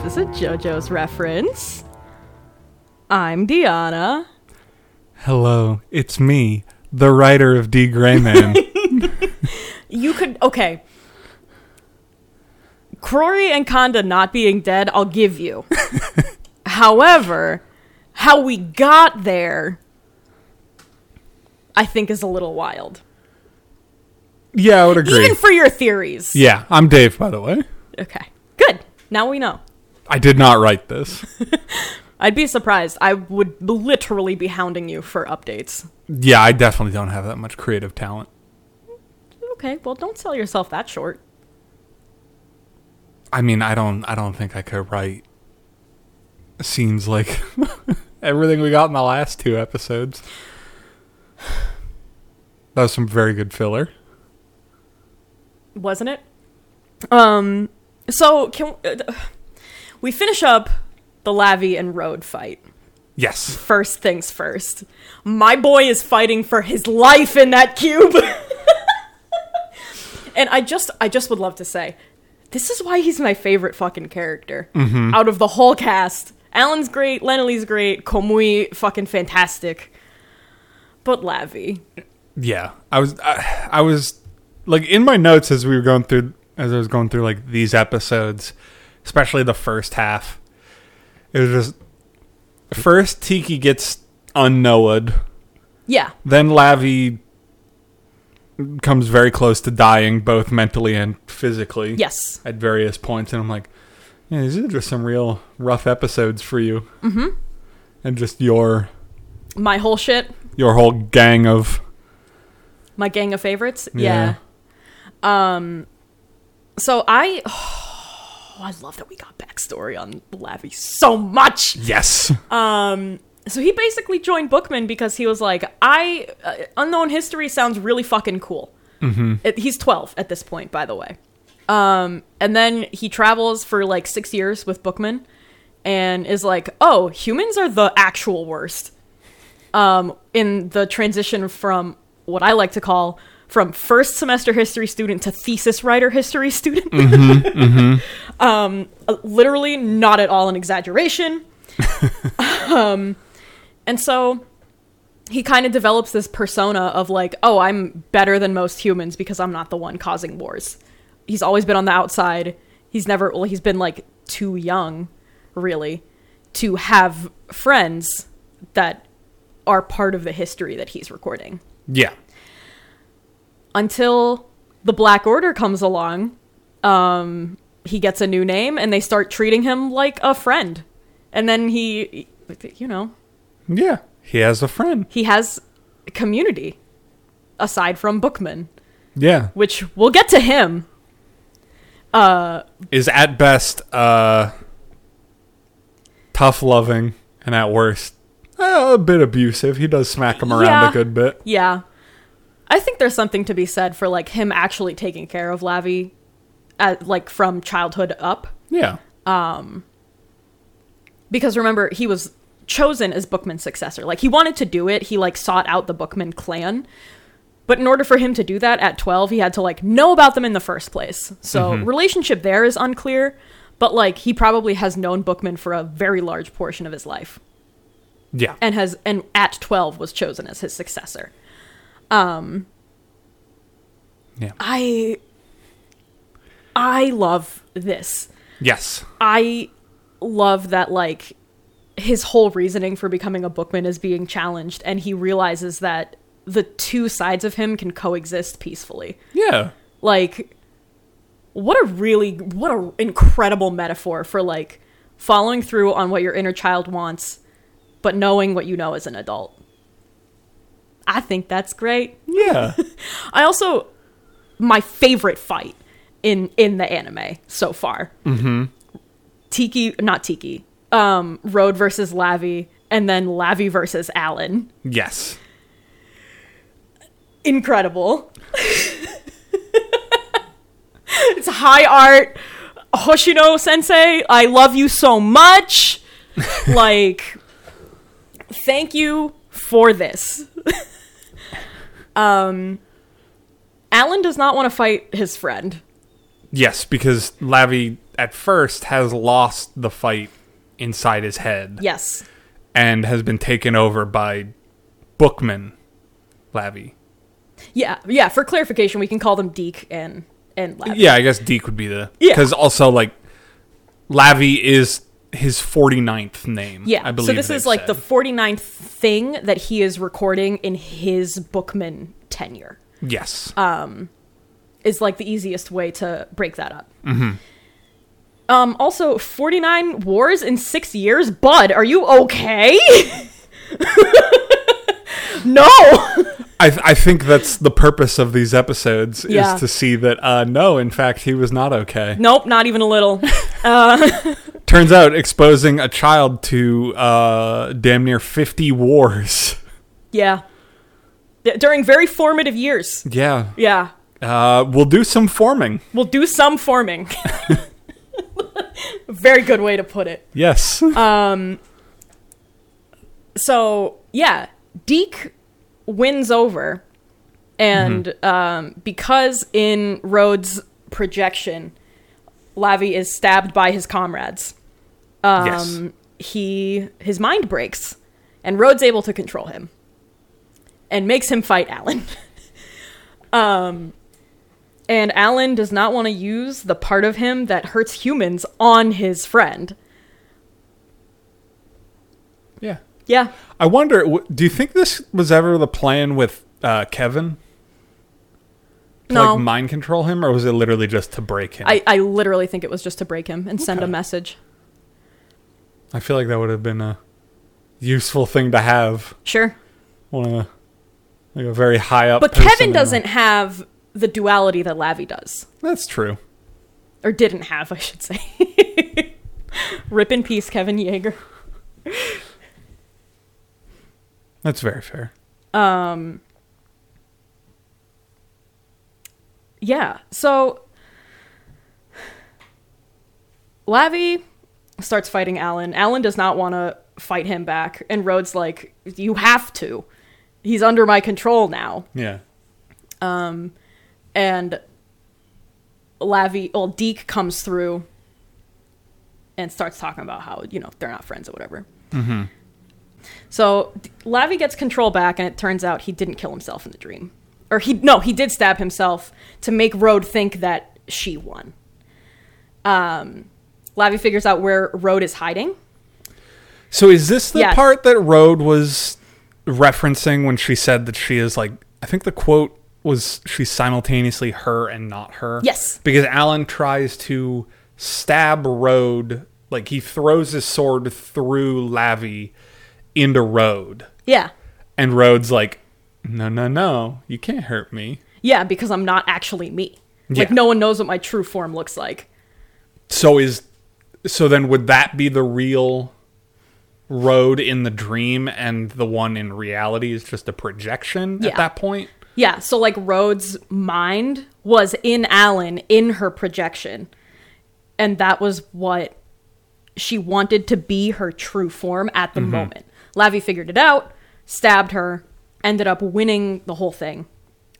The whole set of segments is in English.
JoJo's reference. I'm Diana. Hello, it's me, the writer of D. Gray Man. You could okay. Crory and Conda not being dead, I'll give you. However, how we got there I think is a little wild. yeah, I would agree. Even for your theories. yeah, I'm Dave, by the way. Okay. Good. Now we know. I did not write this. I'd be surprised. I would literally be hounding you for updates. Yeah, I definitely don't have that much creative talent. Okay, well don't sell yourself that short. I mean, I don't I don't think I could write scenes like everything we got in the last two episodes. That was some very good filler. wasn't it? Um, so can uh, we finish up the Lavi and Road fight? Yes. First things first, my boy is fighting for his life in that cube, and I just, I just would love to say, this is why he's my favorite fucking character out of the whole cast. Alan's great, Lenny's great, Komui fucking fantastic, but Lavi, Yeah. I was I, I was like in my notes as we were going through as I was going through like these episodes, especially the first half. It was just first Tiki gets unknowed. yeah, Then Lavi comes very close to dying, both mentally and physically. yes, At various points, and I'm like, yeah, these are just some real rough episodes for you. Mm-hmm. And just your my whole shit. your whole gang of My gang of favorites? Yeah. Yeah. Um so I oh, I love that we got backstory on Lavi so much. yes, Um so he basically joined Bookman because he was like, I uh, unknown history sounds really fucking cool. Mm-hmm. he's 12 at this point, by the way. Um and then he travels for like 6 years with Bookman and is like, "Oh, humans are the actual worst." um, in the transition from what I like to call from first semester history student to thesis writer history student. um, literally, not at all an exaggeration. um, and so he kind of develops this persona of like, oh, I'm better than most humans because I'm not the one causing wars. He's always been on the outside. He's never, well, he's been like too young, really, to have friends that are part of the history that he's recording. yeah, Until the Black Order comes along, um, he gets a new name and they start treating him like a friend. And then he, you know, yeah. He has a friend. he has community aside from Bookman, Yeah, which we'll get to him. is at best uh, tough loving, and at worst uh, a bit abusive. He does smack him around Yeah. a good bit. Yeah. I think there's something to be said for like him actually taking care of Lavi at like from childhood up. Yeah, because remember he was chosen as bookman's successor like he wanted to do it he like sought out the bookman clan but in order for him to do that at 12 he had to like know about them in the first place so relationship there is unclear but like he probably has known bookman for a very large portion of his life yeah. and has and at 12 was chosen as his successor um Yeah. i i love this yes. I love that like his whole reasoning for becoming a bookman is being challenged and he realizes that the two sides of him can coexist peacefully. Yeah. Like what a really what a incredible metaphor for like following through on what your inner child wants but knowing what you know as an adult. I think that's great. Yeah. I also my favorite fight in in the anime so far. Mm-hmm. Tiki, not Tiki. Um, Road versus Lavi, and then Lavi versus Alan. yes. Incredible. it's high art. Hoshino Sensei, I love you so much. like, thank you for this. um, Alan does not want to fight his friend. Yes, because Lavi at first has lost the fight inside his head Yes. and has been taken over by Bookman Lavi. Yeah. Yeah. For clarification, we can call them Deke and and Lab. Yeah, I guess Deke would be the Yeah. because also like Lavi is his 49th name. Yeah. I believe. so this they've is like the said. 49th thing that he is recording in his Bookman tenure. yes. uh, Is like the easiest way to break that up. Um, also, 49 wars in six years? Bud, are you okay? no! I, th- I think that's the purpose of these episodes Yeah. is to see that uh, no, in fact, he was not okay. Nope, not even a little. Turns out exposing a child to uh, damn near 50 wars. Yeah. D- During very formative years. Yeah. Yeah. Uh, we'll do some forming. We'll do some forming. very good way to put it. Yes. Uh, so yeah, Deke wins over, and um, because in Rhodes' projection, Lavi is stabbed by his comrades. Um, yes. He his mind breaks, and Rhodes able to control him, and makes him fight Alan. um, and Alan does not want to use the part of him that hurts humans on his friend. Yeah. Yeah, I wonder, w- do you think this was ever the plan with uh, Kevin? To No. like mind control him, or was it literally just to break him? I, I literally think it was just to break him and send a Okay. message. I feel like that would have been a useful thing to have. Sure. One of the, like a very high up. But person in Kevin the- doesn't have the duality that Lavi does. That's true. Or didn't have, I should say. Rip in peace, Kevin Yeager. That's very fair. Yeah. So Lavi starts fighting Alan. Alan does not want to fight him back. And Rhodes like, you have to. He's under my control now. Yeah. and Lavi, well, Deke comes through and starts talking about how you know they're not friends or whatever. Mm-hmm. So D- Lavi gets control back, and it turns out he didn't kill himself in the dream, or he no, he did stab himself to make Rode think that she won. Um, Lavi figures out where Rode is hiding. So is this the Yeah. part that Rode was referencing when she said that she is like I think the quote was she's simultaneously her and not her. Yes. Because Alan tries to stab Rode like he throws his sword through Lavi into Rode. Yeah, And Rode's like, No no no, you can't hurt me. yeah, because I'm not actually me. Like Yeah. no one knows what my true form looks like. So is so then would that be the real Rode in the dream and the one in reality is just a projection Yeah. at that point? Yeah, so like Rhodes' mind was in Alan in her projection. And that was what she wanted to be her true form at the moment. Lavi figured it out, stabbed her, ended up winning the whole thing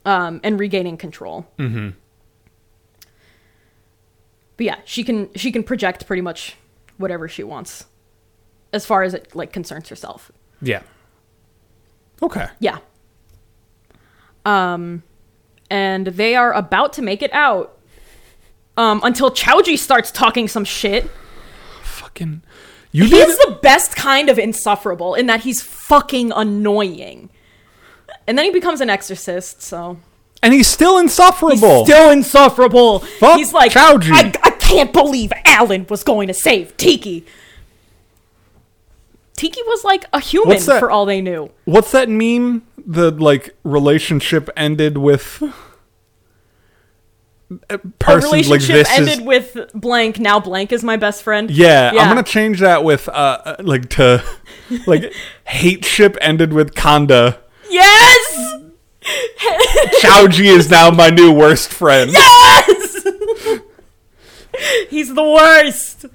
um, and regaining control. Mm-hmm. But yeah, she can she can project pretty much whatever she wants, as far as it like concerns herself. Yeah. Okay. Yeah. Um, and they are about to make it out. Um, until Chowji starts talking some shit. Fucking you He did is the best kind of insufferable in that he's fucking annoying. And then he becomes an exorcist, so and he's still he's insufferable. still insufferable. Fuck he's like, Chowji. I, I can't believe Alan was going to save Tiki. Tiki was like a human What's that? for all they knew. What's that meme? The like relationship ended with A A person like relationship this ended is with blank. Now blank is my best friend. yeah, I'm gonna change that with uh, uh like to like hate ship ended with Conda. Yes! Chowji is now my new worst friend. Yes! He's the worst.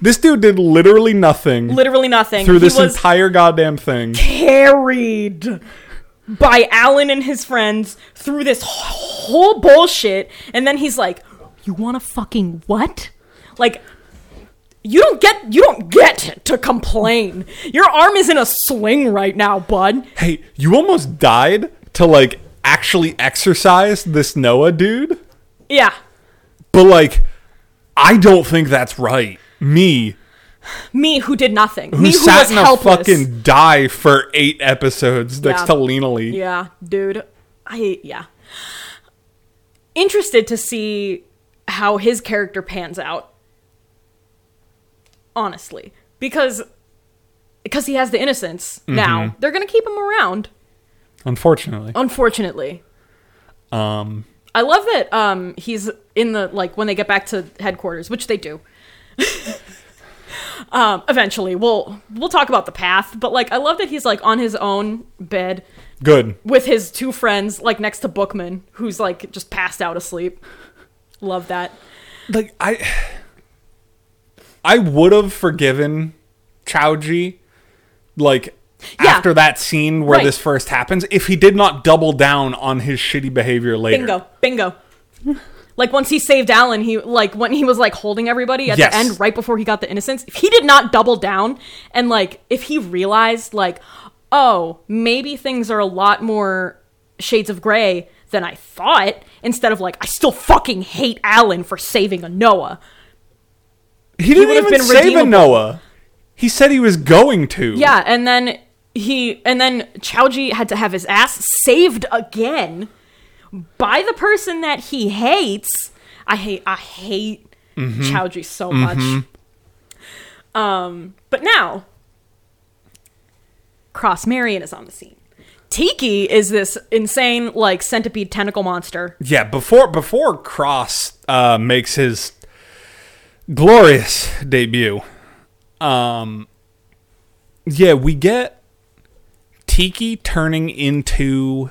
This dude did literally nothing Literally nothing. through this he was entire goddamn thing. carried by Alan and his friends through this wh- whole bullshit, and then he's like, "You want to fucking what? Like you don't get you don't get to complain. Your arm is in a sling right now, bud. Hey, you almost died to like actually exercise this Noah dude, Yeah. but like, I don't think that's right. Me, Me who did nothing. who Me who sat was in a helpless. fucking die for eight episodes next Yeah. to Lena Lee. Yeah, dude. I yeah. Interested to see how his character pans out. Honestly, because because he has the innocence now, they're going to keep him around, Unfortunately, unfortunately. um, I love that um he's in the like when they get back to headquarters, which they do. um eventually. We'll we'll talk about the path, but like I love that he's like on his own bed good. with his two friends, like next to Bookman, who's like just passed out asleep. Love that. like I I would have forgiven Chowji like Yeah. after that scene where Right. this first happens if he did not double down on his shitty behavior later. Bingo, bingo. like once he saved Alan, he like when he was like holding everybody at Yes. the end, right before he got the innocence. If he did not double down and like if he realized like, oh, maybe things are a lot more shades of gray than I thought, instead of like I still fucking hate Alan for saving a Noah. He didn't would have even been save a redeemable. Noah. He said he was going to. Yeah, and then he and then Chowji had to have his ass saved again by the person that he hates. I hate I hate Mm-hmm. Chowji so much. Um, but now Cross Marion is on the scene. Tiki is this insane like centipede tentacle monster. Yeah, before before Cross uh, makes his glorious debut, um, yeah, we get Tiki turning into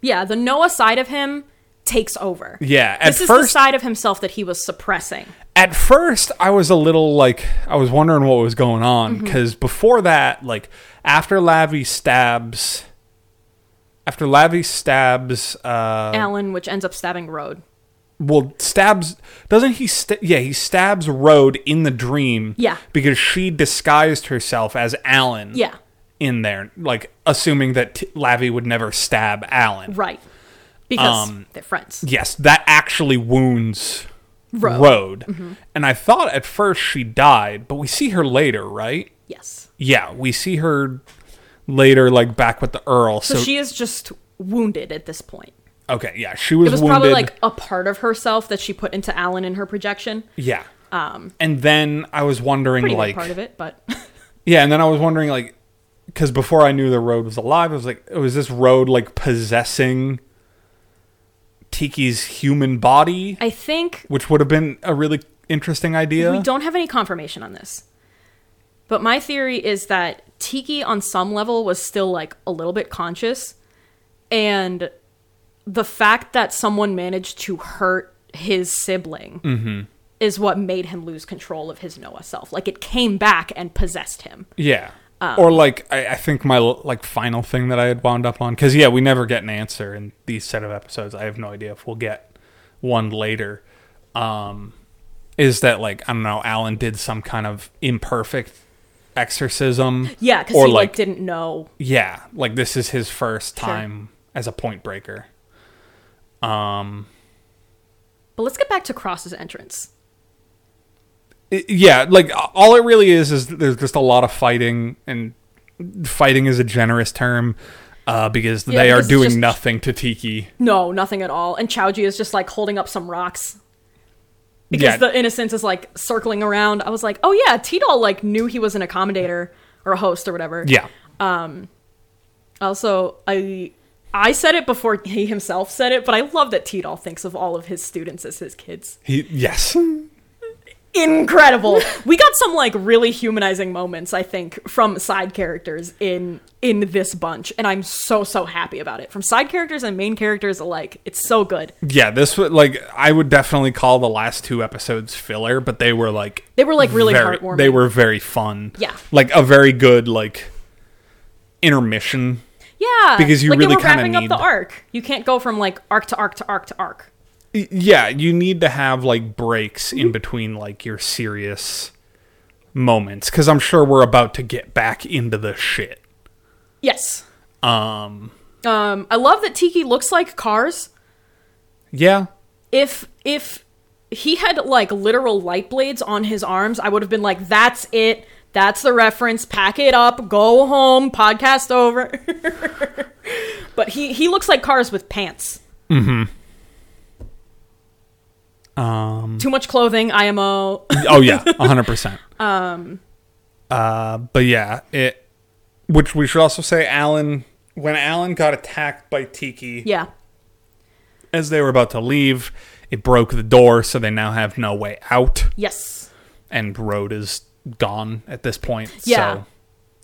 Yeah, the Noah side of him takes over. yeah. At This is the first, side of himself that he was suppressing. at first I was a little like I was wondering what was going on Mm-hmm. because before that, like after Lavi stabs, after Lavi stabs, uh, Alan, which ends up stabbing Road. well stabs doesn't he? St- yeah, he stabs Rode in the dream. Yeah. because she disguised herself as Alan. Yeah. in there, like assuming that t- Lavi would never stab Alan. Right. Because Um, they're friends. Yes, that actually wounds Road. Road. Mm-hmm. And I thought at first she died, but we see her later, right? Yes. yeah, we see her later, like back with the Earl. So, So, she is just wounded at this point. okay, yeah, she It was, was wounded. probably like a part of herself that she put into Alan in her projection. yeah. Um, and then I was wondering, Pretty like, big part of it, but yeah, and then I was wondering, like, because before I knew the road was alive, I was like, was this road like possessing Tiki's human body, I think which would have been a really interesting idea. we don't have any confirmation on this. But my theory is that Tiki on some level was still like a little bit conscious and the fact that someone managed to hurt his sibling Mm-hmm. is what made him lose control of his Noah self. Like it came back and possessed him. Yeah. Um, or like I, I think my like final thing that I had wound up on because yeah we never get an answer in these set of episodes I have no idea if we'll get one later um is that like I don't know Alan did some kind of imperfect exorcism Yeah, because he or like, like, didn't know. yeah like this is his first time as a point breaker But let's get back to Cross's entrance. I- yeah like all it really is is that there's just a lot of fighting and fighting is a generous term uh because Yeah, they because it's are doing just- nothing to Tiki No, nothing at all. And Chowji is just like holding up some rocks. Because Yeah. the innocence is like circling around. I was like, oh yeah, T Doll like knew he was an accommodator or a host or whatever. yeah Also, I I said it before he himself said it, but I love that T Doll thinks of all of his students as his kids. He, yes. Incredible. we got some like really humanizing moments, I think, from side characters in in this bunch, and I'm so so happy about it. From side characters and main characters alike, it's so good. Yeah, this was like I would definitely call the last two episodes filler, but they were like They were like really very, heartwarming. They were very fun. Yeah. Like a very good like intermission. yeah because you like they really were kinda wrapping up need- the arc. You can't go from like arc to arc to arc to arc. Y- Yeah, you need to have like breaks Mm-hmm. in between like your serious moments cuz I'm sure we're about to get back into the shit. Yes. Um Um, I love that Tiki looks like Cars. yeah. If if he had like literal light blades on his arms, I would have been like, "That's it. That's the reference. Pack it up. Go home. Podcast over." but he he looks like Cars with pants. Mm-hmm. Um. Too much clothing. IMO. Oh yeah, 100%. um uh but yeah, it which we should also say Alan when Alan got attacked by Tiki yeah. as they were about to leave, it broke the door so they now have no way out. Yes. and Road is gone at this point. Yeah. So,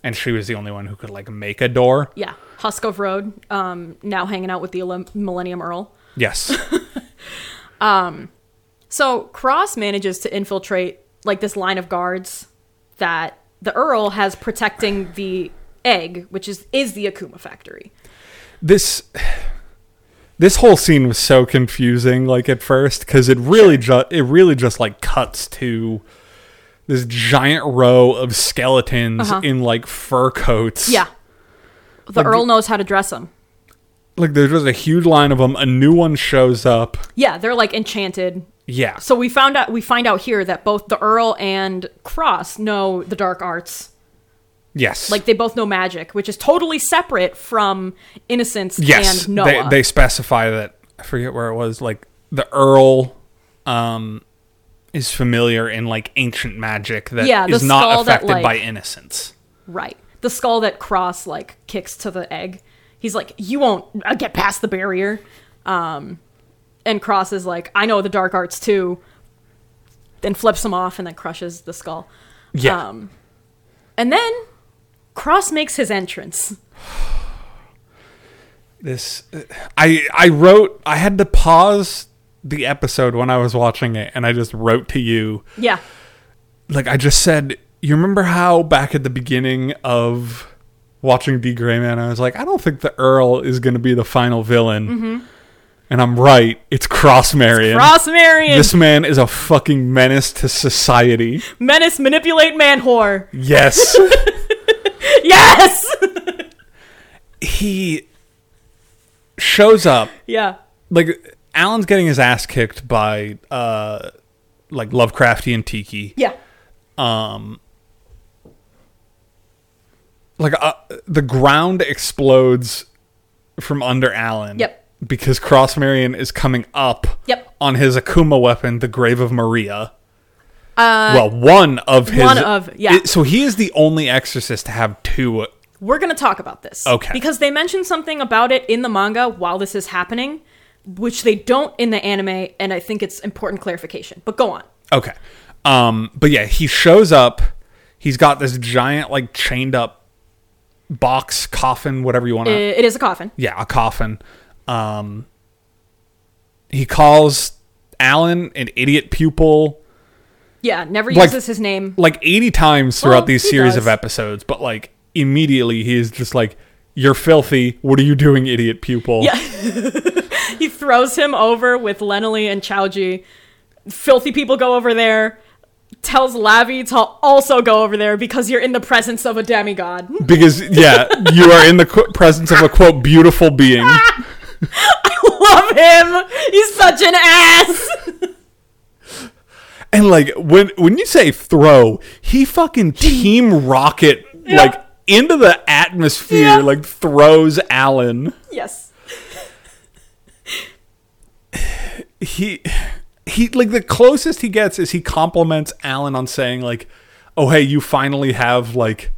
and she was the only one who could like make a door. Yeah. Huskov Road. Um. Now hanging out with the Olymp- Millennium Earl. Yes. So Cross manages to infiltrate like this line of guards that the Earl has protecting the egg, which is is the Akuma factory. this this whole scene was so confusing like at first cuz it really just it really just like cuts to this giant row of skeletons Uh-huh. in like fur coats. Yeah. The Earl knows how to dress them. Like there's just a huge line of them. A new one shows up. Yeah, they're like enchanted. Yeah. So we found out we find out here that both the Earl and Cross know the dark arts. yes. Like they both know magic, which is totally separate from Innocence Yes, and Noah. they they specify that I forget where it was. Like the Earl, um, is familiar in like ancient magic that is Yeah, the not skull that, affected like- by innocence. Right. The skull that Cross like kicks to the egg. He's like, "You won't uh, get past the barrier." Um, and Cross is like, "I know the dark arts too." Then flips him off and then crushes the skull. Yeah, Um, and then Cross makes his entrance. this I I wrote. I had to pause the episode when I was watching it, and I just wrote to you. Yeah. Like I just said, you remember how back at the beginning of watching D Gray Man, I was like, I don't think the Earl is going to be the final villain. And I'm right. It's Cross Marion. Cross Marion, This man is a fucking menace to society. menace, manipulate, man whore. Yes. Yes. he shows up yeah. like Alan's getting his ass kicked by uh like Lovecrafty and Tiki. Yeah. Like uh, the ground explodes from under Alan. Yep. Because Cross Marion is coming up Yep. on his Akuma weapon, the Grave of Maria. Uh, well, one of his. one of- yeah. It- so he is the only exorcist to have two We're going to talk about this. Okay. Because they mentioned something about it in the manga while this is happening, which they don't in the anime, and I think it's important clarification. But go on. Okay. Um, but yeah, he shows up. He's got this giant, like, chained up box, coffin, whatever you want I- to. It is a coffin. yeah, a coffin. Um, he calls Alan an idiot pupil Yeah, never Like- uses his name. like 80 times throughout Well, these he series does. of episodes, but like, immediately he is just like, You're filthy. What are you doing, idiot pupil? Yeah. He throws him over with Lenily and Chowji. Filthy people go over there. Tells Lavi to also go over there because you're in the presence of a demigod. Because, yeah, you are in the qu- presence of a quote, beautiful being. Love him. He's such an ass. And like when when you say throw, he fucking team rocket like into the atmosphere, Yeah. like throws Allen. yes. He he like the closest he gets is he compliments Allen on saying like, "Oh hey, you finally have like."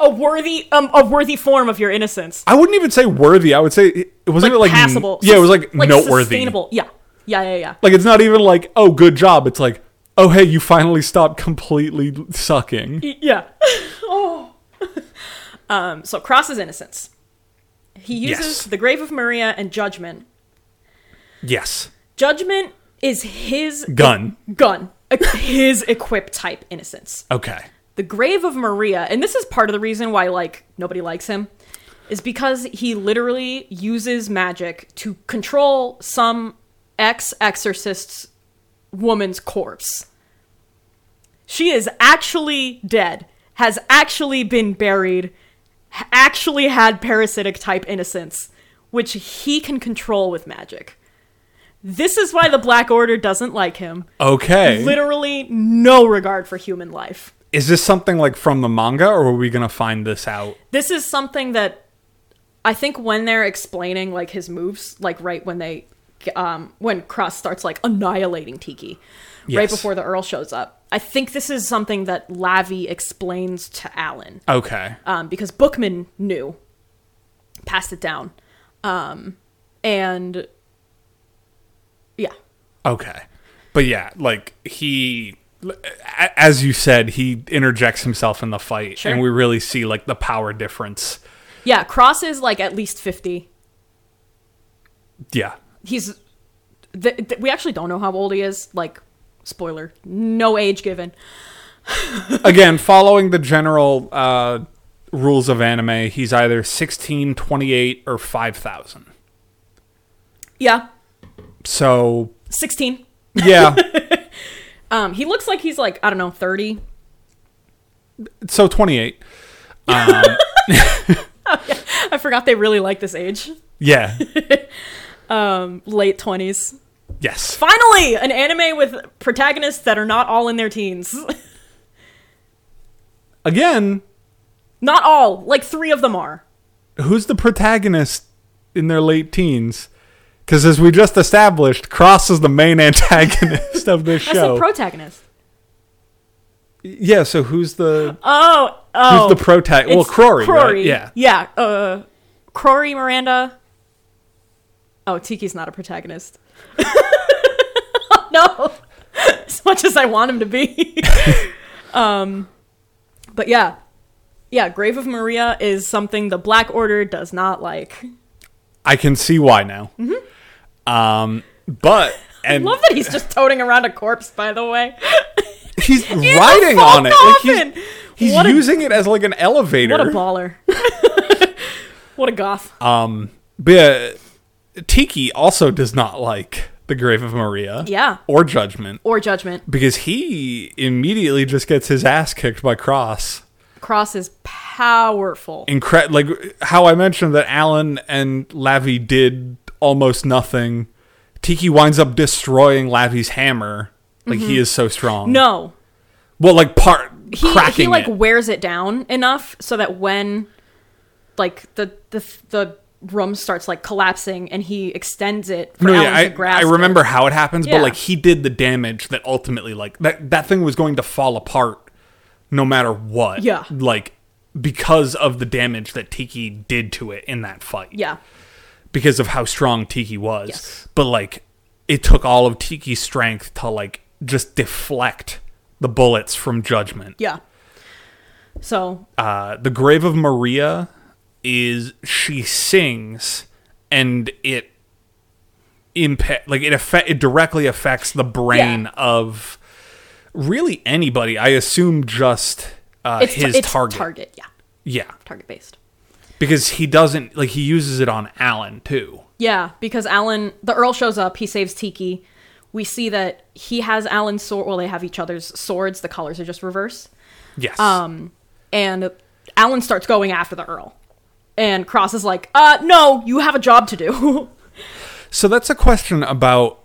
A worthy um a worthy form of your innocence. I wouldn't even say worthy. I would say it wasn't it like n- passable. Yeah, it was like, like noteworthy. Sustainable. Yeah. Yeah, yeah, yeah. Like it's not even like oh good job. It's like oh hey you finally stopped completely sucking. Y- Yeah. oh. um, so crosses innocence. He uses Yes. the grave of Maria and judgment. Yes, Judgment is his gun. gun. E- His equip type innocence. Okay. The grave of Maria, and this is part of the reason why like nobody likes him, is because he literally uses magic to control some ex exorcist's woman's corpse. She is actually dead, has actually been buried, ha- actually had parasitic type innocence, which he can control with magic. This is why the Black Order doesn't like him. Okay. Literally, no regard for human life. Is this something like from the manga, or are we gonna find this out? this is something that I think when they're explaining like his moves, like right when they um when Cross starts like annihilating Tiki right Yes. before the Earl shows up. I think this is something that Lavi explains to Alan Okay. um, because Bookman knew, passed it down, um, and yeah, Okay. But yeah, like he a- as you said, he interjects himself in the fight Sure. and we really see like the power difference. yeah. Cross is like at least fifty. Yeah. he's th- th- we actually don't know how old he is like spoiler no age given Again, following the general uh rules of anime, he's either 16, 28 or 5000. yeah So, 16 yeah. um he looks like he's like i don't know 30 so 28. i forgot they really like this age Yeah. late 20s Yes. finally an anime with protagonists that are not all in their teens Again, not all like three of them are who's the protagonist in their late teens? Because as we just established, Cross is the main antagonist of this i said show. protagonist yeah. So who's the oh who's oh the protagonist? Well, It's Crory. Crory. Right? Yeah. yeah uh Crory miranda oh tiki's not a protagonist no as much as i want him to be um but yeah yeah grave of maria is something the black order does not like I can see why now. Um, but and Mm-hmm. love that he's just toting around a corpse by the way he's riding full on it. Like, he's coffin! he's What a- using it as like an elevator. what a baller what a goth Uh, But yeah, Tiki also does not like the grave of Maria. Yeah. Or judgment. or judgment Because he immediately just gets his ass kicked by Cross. cross is powerful incre- like how I mentioned that Alan and Lavi did almost nothing. Tiki winds up destroying Lavi's hammer. Like he is so strong. Mm-hmm. no Well, like part he, cracking he like it. wears it down enough so that when like the the the room starts like collapsing and he extends it for No, Alan yeah, to I, I grasp remember it. how it happens, Yeah. but like he did the damage that ultimately like that that thing was going to fall apart no matter what. Yeah. Like because of the damage that Tiki did to it in that fight. yeah because of how strong Tiki was. Yes. But like it took all of Tiki's strength to like just deflect the bullets from judgment. yeah so Uh the grave of Maria is she sings and it impact like it affect it directly affects the brain of really anybody. I assume just uh, it's his it's target. target yeah Yeah. target based Because he doesn't like he uses it on Alan too. yeah because Alan the Earl shows up he saves Tiki we see that he has Alan's sword well they have each other's swords the colors are just reversed Yes. Um, and Alan starts going after the Earl. And Cross is like, uh, no, you have a job to do. So that's a question about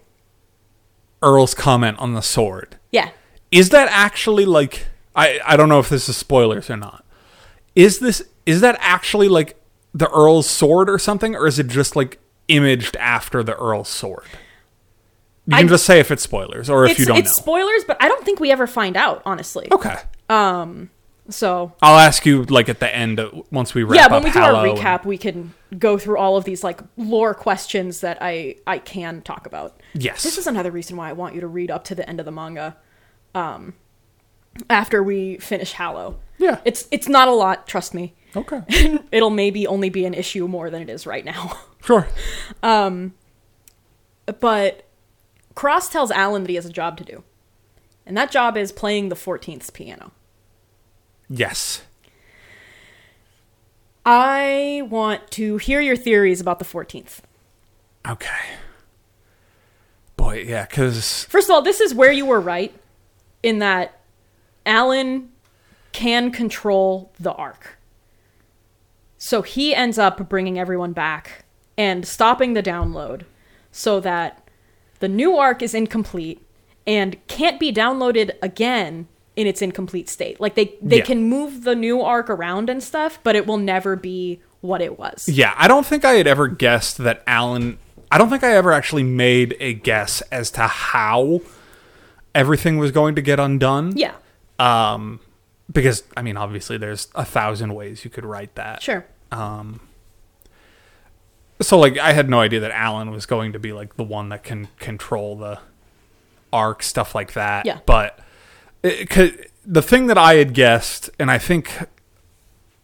Earl's comment on the sword. yeah. Is that actually like I I don't know if this is spoilers or not. Is this is that actually like the Earl's sword or something or is it just like imaged after the Earl's sword? You can I- just say if it's spoilers or if It's, you don't it's know. spoilers, but I don't think we ever find out, honestly. okay. So, I'll ask you like at the end uh, once we wrap yeah, up when we do Hallow our and- recap, we can go through all of these, like, lore questions that I, I can talk about. Yes. This is another reason why I want you to read up to the end of the manga um, after we finish Hallow. Yeah. It's, it's not a lot, trust me. okay. It'll maybe only be an issue more than it is right now. Sure. But Cross tells Alan that he has a job to do. And that job is playing the 14th piano. Yes. I want to hear your theories about the 14th. Okay. wait, yeah, because First of all, this is where you were right in that Alan can control the arc. So he ends up bringing everyone back and stopping the download so that the new arc is incomplete and can't be downloaded again in its incomplete state. Like they they Yeah. can move the new arc around and stuff, but it will never be what it was. yeah, I don't think I had ever guessed that Alan. I don't think I ever actually made a guess as to how everything was going to get undone. Yeah. Um, because I mean, obviously, there's a thousand ways you could write that. Sure. So, like, I had no idea that Alan was going to be like the one that can control the arc stuff like that. Yeah. But it, could, the thing that I had guessed, and I think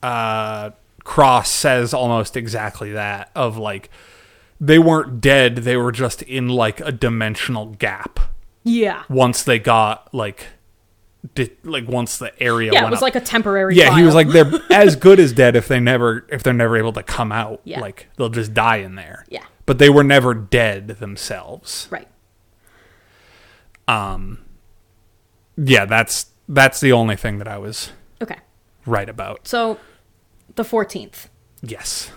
uh, Cross says almost exactly that of like they weren't dead; they were just in like a dimensional gap. Yeah. Once they got like, di- like once the area Yeah, went it was up like a temporary yeah he was file. like they're as good as dead if they never if they're never able to come out Yeah. like they'll just die in there Yeah. but they were never dead themselves right. yeah that's that's the only thing that i was Okay. right about So, the 14th. yes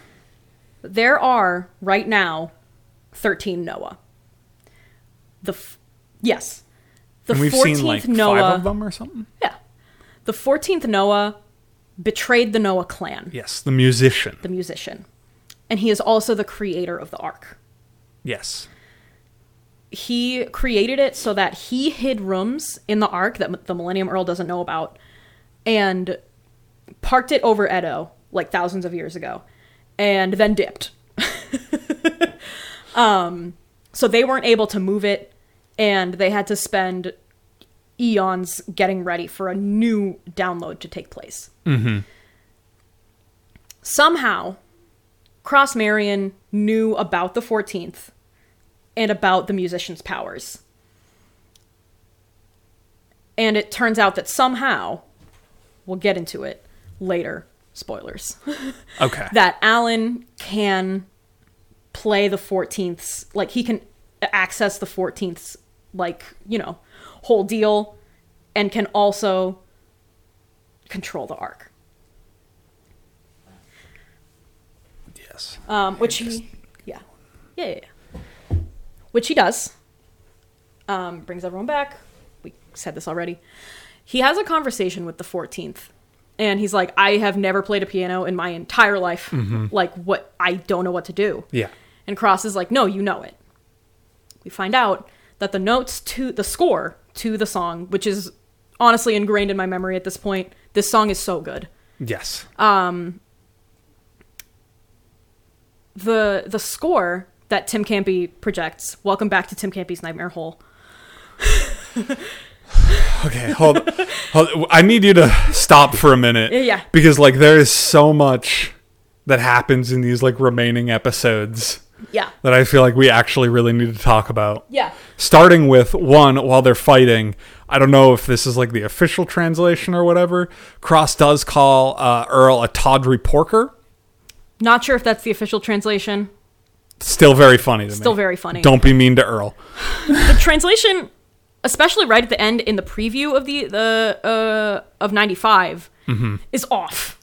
There are right now 13 Noah. The f- yes. The and we've 14th seen like Noah. five of them or something Yeah. The 14th Noah betrayed the Noah clan, yes the musician the musician. And he is also the creator of the ark. yes he created it so that he hid rooms in the ark that the Millennium Earl doesn't know about and parked it over Edo like thousands of years ago and then dipped. um, so they weren't able to move it and they had to spend eons getting ready for a new download to take place. Mm-hmm. Somehow, Cross Marion knew about the 14th and about the musician's powers. And it turns out that somehow, we'll get into it later, spoilers, okay that Alan can play the 14th's, like, he can access the 14th's, like, you know, whole deal, and can also control the arc. yes um, which he, yeah. yeah, yeah, yeah, which he does. Um, brings everyone back. We said this already. He has a conversation with the 14th, and he's like, "I have never played a piano in my entire life. Like, what? I don't know what to do." yeah And Cross is like, no, you know it. We find out that the notes to the score to the song, which is honestly ingrained in my memory at this point, this song is so good. yes the the score that Tim Campy projects. Welcome back to Tim Campy's Nightmare Hole. okay hold, hold i need you to stop for a minute Yeah, yeah. because like there is so much that happens in these like remaining episodes Yeah. that I feel like we actually really need to talk about. Yeah. Starting with one, while they're fighting, I don't know if this is like the official translation or whatever. Cross does call uh, Earl a tawdry porker. Not sure if that's the official translation. Still very funny to me. Still very funny. Don't be mean to Earl. The translation, especially right at the end in the preview of the the uh, of ninety Mm-hmm. is off.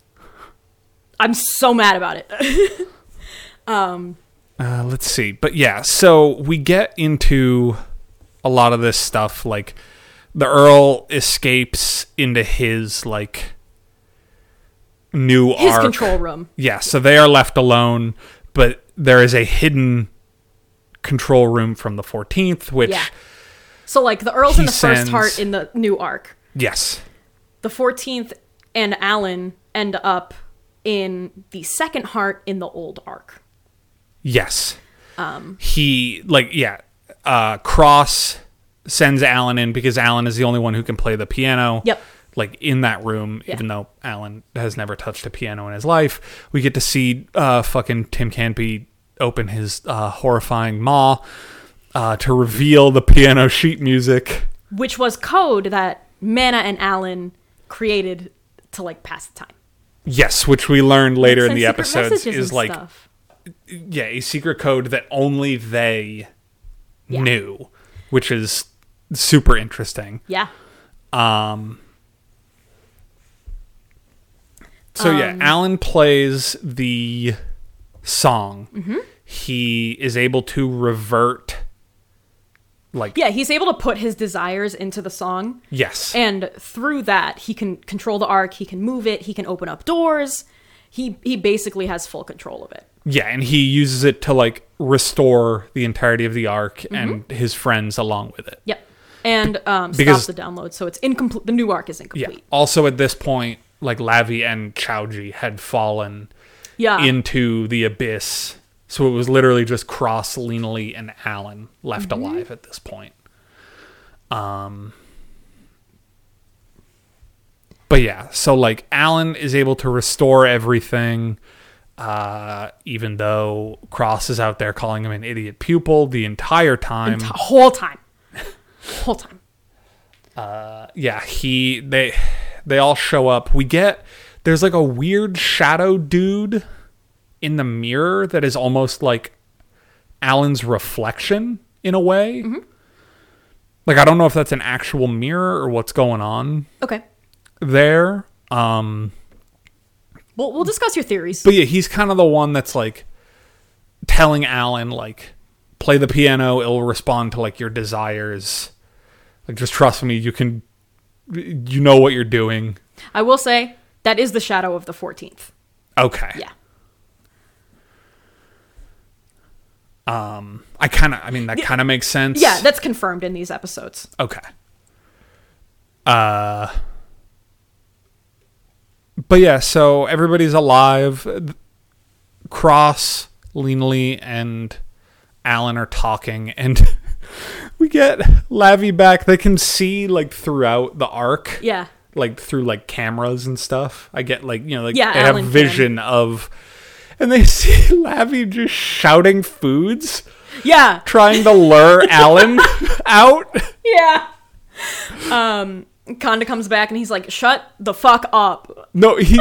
I'm so mad about it. Uh, let's see. But yeah, so we get into a lot of this stuff. Like the Earl escapes into his like new His arc. control room. Yeah, so they are left alone, but there is a hidden control room from the 14th, which, Yeah. So like the Earl's in He the sends- first heart in the new arc. yes, The fourteenth and Alan end up in the second heart in the old arc. yes. Um, he, like, yeah, uh, Cross sends Alan in because Alan is the only one who can play the piano. Yep. Like in that room, Yeah. even though Alan has never touched a piano in his life, we get to see uh, fucking Tim Canby open his uh, horrifying maw uh, to reveal the piano sheet music. which was code that Mana and Alan created to like pass the time. Yes, which we learned later in Send the secret episodes messages is and like stuff. yeah, a secret code that only they Yeah. knew. which is super interesting. Yeah. Um, so yeah, Um, Alan plays the song. Mm-hmm. He is able to revert, like Yeah, he's able to put his desires into the song. yes, And through that, he can control the arc, he can move it, he can open up doors. He he basically has full control of it. yeah, and he uses it to like restore the entirety of the arc Mm-hmm. and his friends along with it. Yep. And um Because- stop the download, so it's incomplete the new arc is incomplete. Also, at this point, like Lavi and Chowji had fallen Yeah. into the abyss, so it was literally just Cross, Lenely, and Alan left alive at this point. Um, but yeah, so like Alan is able to restore everything. Uh, even though Cross is out there calling him an idiot pupil the entire time, T- whole time. whole time. yeah he they they all show up we get there's like a weird shadow dude in the mirror that is almost like alan's reflection in a way like i don't know if that's an actual mirror or what's going on Okay. there um Well, we'll discuss your theories. but yeah, he's kind of the one that's like telling Alan like play the piano, it'll respond to like your desires. Like just trust me, you can you know what you're doing. I will say that is the shadow of the 14th. Okay. Yeah. I kind of I mean that kind of makes sense. Yeah, that's confirmed in these episodes. Okay. Uh But yeah, so everybody's alive. Th- Cross, Leanly, and Alan are talking, and we get Lavi back. They can see like throughout the arc. Yeah. Like through like cameras and stuff. I get like you know like Yeah, I have Alan can. vision of, and they see Lavi just shouting foods, Yeah. trying to lure Alan out. Yeah. Um, Conda comes back and he's like, "Shut the fuck up." No, he.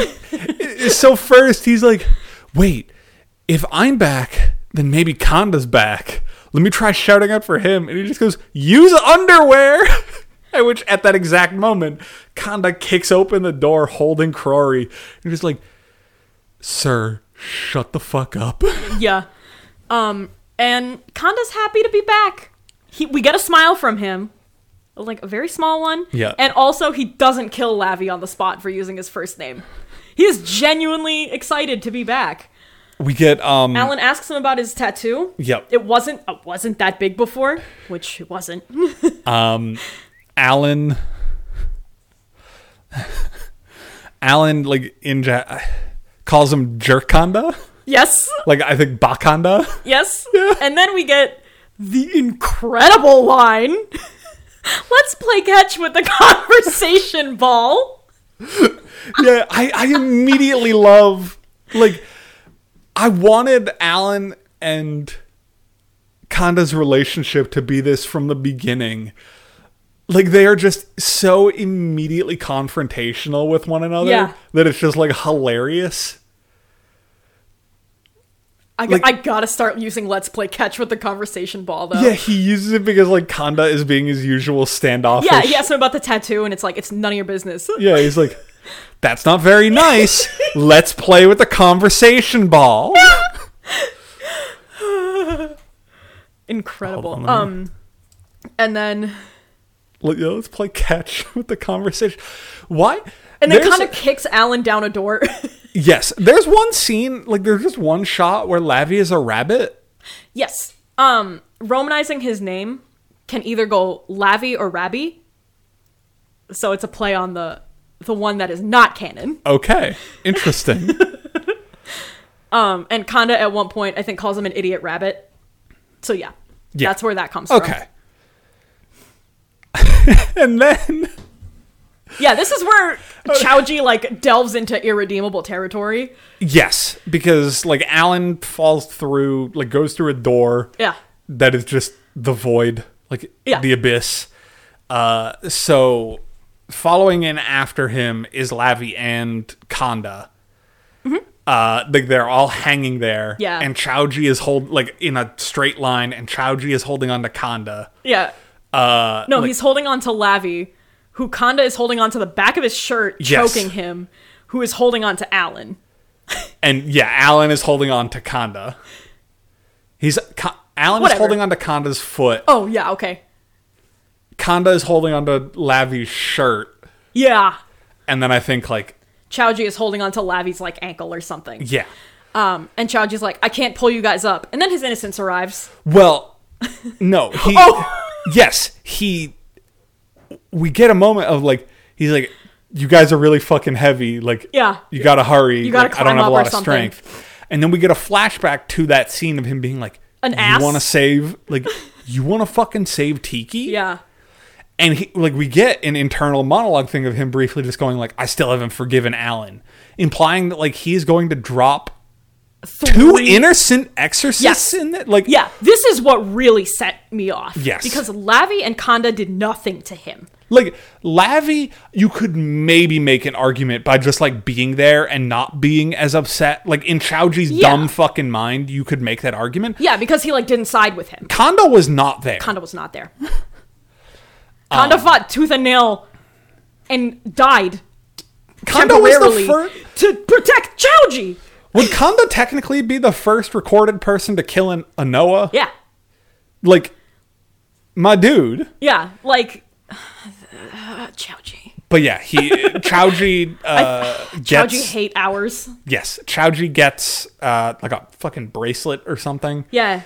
so first he's like, "Wait, if I'm back, then maybe Conda's back. Let me try shouting out for him." And he just goes, "Use underwear." At which, at that exact moment, Conda kicks open the door, holding Crory, and he's like, "Sir, shut the fuck up." Yeah. Um, and Conda's happy to be back. He, we get a smile from him, like a very small one. Yeah. And also, he doesn't kill Lavi on the spot for using his first name. He is genuinely excited to be back. We get um. Alan asks him about his tattoo. Yep. It wasn't it wasn't that big before, which it wasn't. Alan. Alan like in ja- calls him Jerkonda. yes. Like I think Bakanda. Yes. And then we get the incredible line. Let's play catch with the conversation ball. yeah, I, I immediately love like I wanted Alan and Conda's relationship to be this from the beginning. Like they are just so immediately confrontational with one another Yeah. that it's just like hilarious. I, Like- I gotta start using let's play catch with the conversation ball though. Yeah, he uses it because like Conda is being his usual standoffish. Yeah, he asked him about the tattoo and it's like it's none of your business. Yeah, he's like, that's not very nice. Let's play with the conversation ball. Incredible. Hold on, um and then Let- yeah, Let's play catch with the conversation. Why? and then There's- kind of kicks Alan down a door. yes. There's one scene, like there's just one shot where Lavi is a rabbit. yes. Um romanizing his name can either go Lavi or Rabby. So it's a play on the the one that is not canon. Okay, interesting. Um, and Conda at one point I think calls him an idiot rabbit. So yeah, Yeah. that's where that comes from. okay. and then Yeah, this is where Chowji like delves into irredeemable territory. yes, because like Alan falls through, like goes through a door. Yeah. that is just the void, like Yeah. the abyss. Uh, so following in after him is Lavi and Conda. Uh, like they're all hanging there. Mm-hmm. Yeah. And Chowji is hold like in a straight line, and Chowji is holding on to Conda. Yeah. Uh, No, like- he's holding on to Lavi, who Conda is holding on to the back of his shirt, Yes. choking him, who is holding on to Alan. and yeah, Alan is holding on to Conda. He's Con- Alan is Whatever. holding on to Conda's foot. Oh, yeah, okay. Conda is holding on to Lavi's shirt, Yeah. and then I think like Chowji is holding on to Lavi's like ankle or something. yeah, Um, and Chowji's like, I can't pull you guys up. And then his innocence arrives. well, no, he Oh! yes he. We get a moment of like he's like, you guys are really fucking heavy. Like Yeah. you gotta hurry. You gotta like, I don't climb have a up or lot of something." strength. And then we get a flashback to that scene of him being like, An you ass? want to save like you want to fucking save Tiki? Yeah. and he like we get an internal monologue thing of him briefly just going like i still haven't forgiven alan implying that like he's going to drop two Three- innocent exorcists Yes. in that like Yeah, this is what really set me off. Yes. Because Lavi and Conda did nothing to him. like lavi you could maybe make an argument by just like being there and not being as upset like in chowji's Yeah. dumb fucking mind you could make that argument Yeah, because he like didn't side with him. kondo was not there Conda was not there. Um, Conda fought tooth and nail and died kondo was the temporarily first to protect Chowji. would kondo technically be the first recorded person to kill an a noah Yeah. like my dude Yeah, like Chowji. But yeah, he Chowji uh, gets Chowji hate hours. yes, Chowji gets uh, like a fucking bracelet or something. Yeah.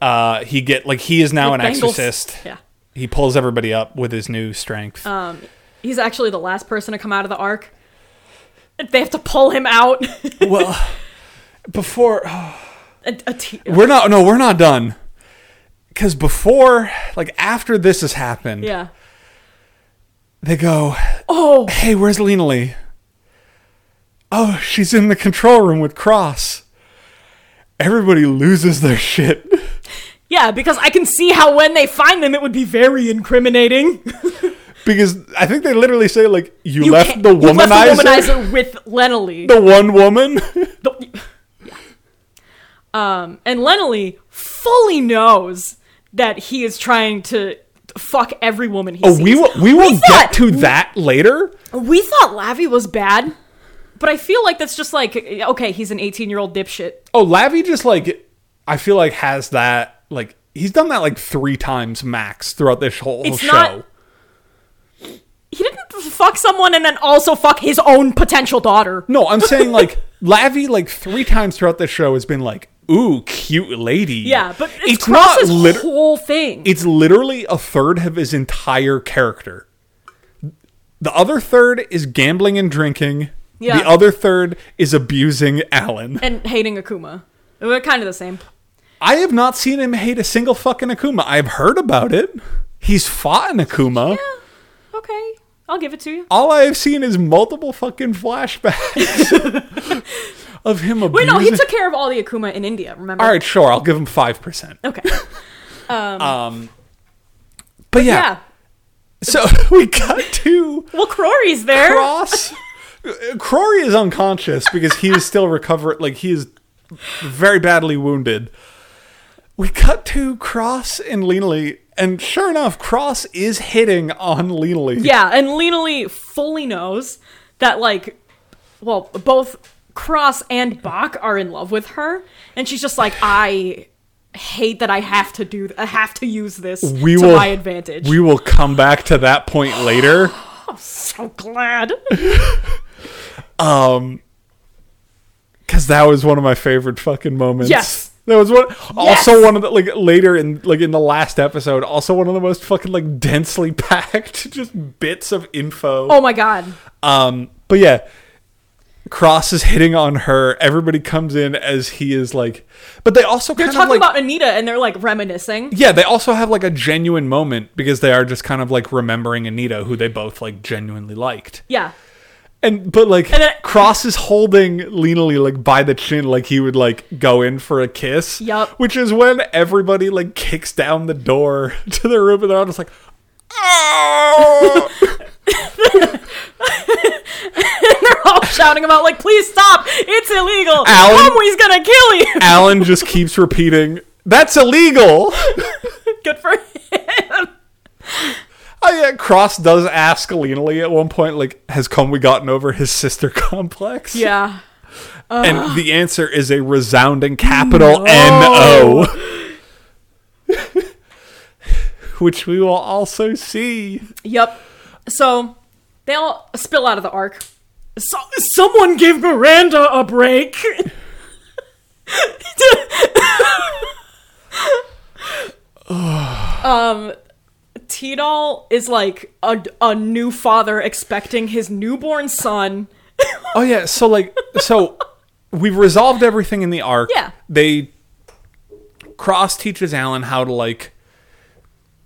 Uh, he get like he is Like now Oh, an bangles. exorcist. Yeah. He pulls everybody up with his new strength. Um he's actually the last person to come out of the ark. They have to pull him out. well, before a, a t- we're not no we're not done because before like after this has happened, yeah. they go, Oh, "Hey, where's Lena Lee?" Oh, she's in the control room with Cross. Everybody loses their shit. yeah, because I can see how when they find them, it would be very incriminating. Because I think they literally say like you, You left can't- the you womanizer, left the, the womanizer with Lenily. one woman. The- yeah. Um, and Lenily fully knows that he is trying to fuck every woman he oh, sees. we will we will thought- get to that later. We thought Lavi was bad, but I feel like that's just like okay, he's an eighteen-year-old dipshit. Oh, Lavi just like I feel like has that like he's done that like three times max throughout this whole, whole It's show. not- He didn't fuck someone and then also fuck his own potential daughter. no, I'm saying like Lavi like three times throughout this show has been like, ooh, cute lady. Yeah, but it's, it's not Cross's lit- whole thing. it's literally a third of his entire character. The other third is gambling and drinking. Yeah. The other third is abusing Alan. and hating Akuma. We're kind of the same. I have not seen him hate a single fucking Akuma. I've heard about it. He's fought an Akuma. Okay, I'll give it to you. All I have seen is multiple fucking flashbacks of him abusing. Wait, no, he took care of all the Akuma in India. Remember? All right, sure. I'll give him five percent. Okay. But yeah, Yeah. so we got to Well, Crory's there. Cross. Crory is unconscious because he is still recovered. Like he is very badly wounded. We cut to Cross and Lenely, and sure enough, Cross is hitting on Lenely. yeah, and Lena Lee fully knows that, like, well, both Cross and Bach are in love with her, and she's just like, I hate that I have to do, I have to use this We to will, my advantage. We will come back to that point later. so glad. Cause that was one of my favorite fucking moments. Yes. That was one Yes. also one of the like later in like in the last episode, also one of the most fucking like densely packed just bits of info. oh my god. Um but yeah. Cross is hitting on her. Everybody comes in as he is like but they also They're kind talking of like about Anita, and they're like reminiscing. Yeah, they also have like a genuine moment because they are just kind of like remembering Anita, who they both like genuinely liked. Yeah. And but like And then- Cross is holding Lenely like by the chin, like he would like go in for a kiss. Yup. Which is when everybody like kicks down the door to the room, and they're all just like, "Oh!" They're all shouting about like, please stop! It's illegal! Alan- Somebody's gonna kill you! Alan just keeps repeating, "That's illegal." Good for him. Oh yeah, Cross does ask Lenely at one point, like, has Come we gotten over his sister complex? Yeah. And the answer is a resounding capital N O. Which we will also see. Yep. So they all spill out of the arc. So, someone give Miranda a break. um, Tidal is like a, a new father expecting his newborn son. Oh yeah, so like so we've resolved everything in the arc. Yeah. They Cross teaches Alan how to like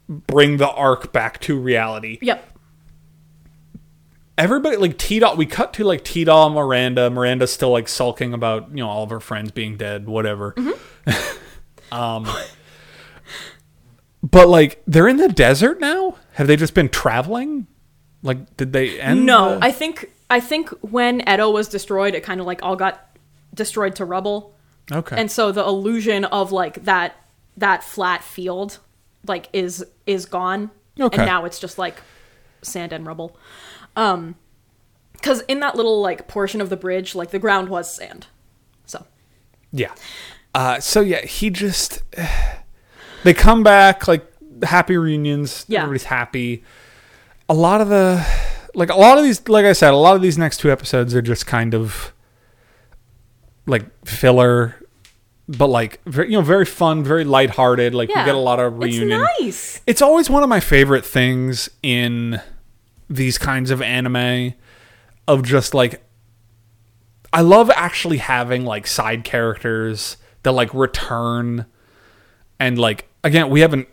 bring the arc back to reality. Yep. Everybody like T Dot we cut to like T Dot Miranda. Miranda's still like sulking about, you know, all of her friends being dead, whatever. Mm-hmm. um But like they're in the desert now? Have they just been traveling? Like did they end No, the- I think I think when Edo was destroyed, it kind of like all got destroyed to rubble. Okay. and so the illusion of like that that flat field like is is gone Okay. and now it's just like sand and rubble um because in that little like portion of the bridge like the ground was sand so Yeah. Uh, so yeah, he just they come back like happy reunions. Yeah. Everybody's happy. A lot of the like a lot of these like I said, a lot of these next two episodes are just kind of like filler, but like very, you know very fun, very lighthearted. Like yeah we get a lot of reunion. it's nice It's always one of my favorite things in these kinds of anime of just like I love actually having like side characters that like return and like again we haven't